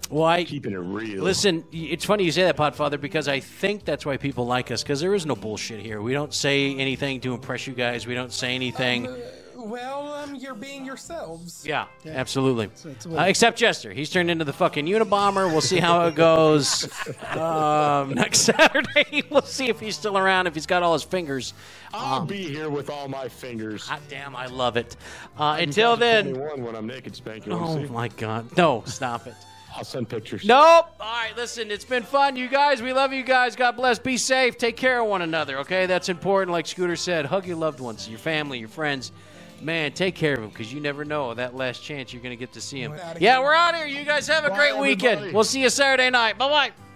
[SPEAKER 1] Why?
[SPEAKER 3] Keeping it real.
[SPEAKER 1] Listen, y- it's funny you say that, Podfather, because I think that's why people like us, because there is no bullshit here. We don't say anything to impress you guys. We don't say anything.
[SPEAKER 4] Well, um, you're being yourselves.
[SPEAKER 1] Yeah, absolutely.
[SPEAKER 6] it's a
[SPEAKER 1] Uh, except Jester. He's turned into the fucking Unabomber. We'll see how it goes um, next Saturday. we'll see if he's still around, if he's got all his fingers.
[SPEAKER 3] I'll be here with all my fingers.
[SPEAKER 1] God damn, um, I love it. Uh, until then.
[SPEAKER 3] 21 when I'm naked, Spank. You
[SPEAKER 1] Oh,
[SPEAKER 3] want to see?
[SPEAKER 1] my God. No, stop it.
[SPEAKER 3] I'll send pictures.
[SPEAKER 1] Nope. All right, listen, it's been fun. You guys, we love you guys. God bless. Be safe. Take care of one another, okay? That's important. Like Scooter said, hug your loved ones, your family, your friends. Man, take care of them because you never know that last chance you're going to get to see them.
[SPEAKER 4] We're outta
[SPEAKER 1] Yeah,
[SPEAKER 4] here.
[SPEAKER 1] we're out here. You guys have a great weekend.
[SPEAKER 3] everybody.
[SPEAKER 1] We'll see you Saturday night. Bye bye.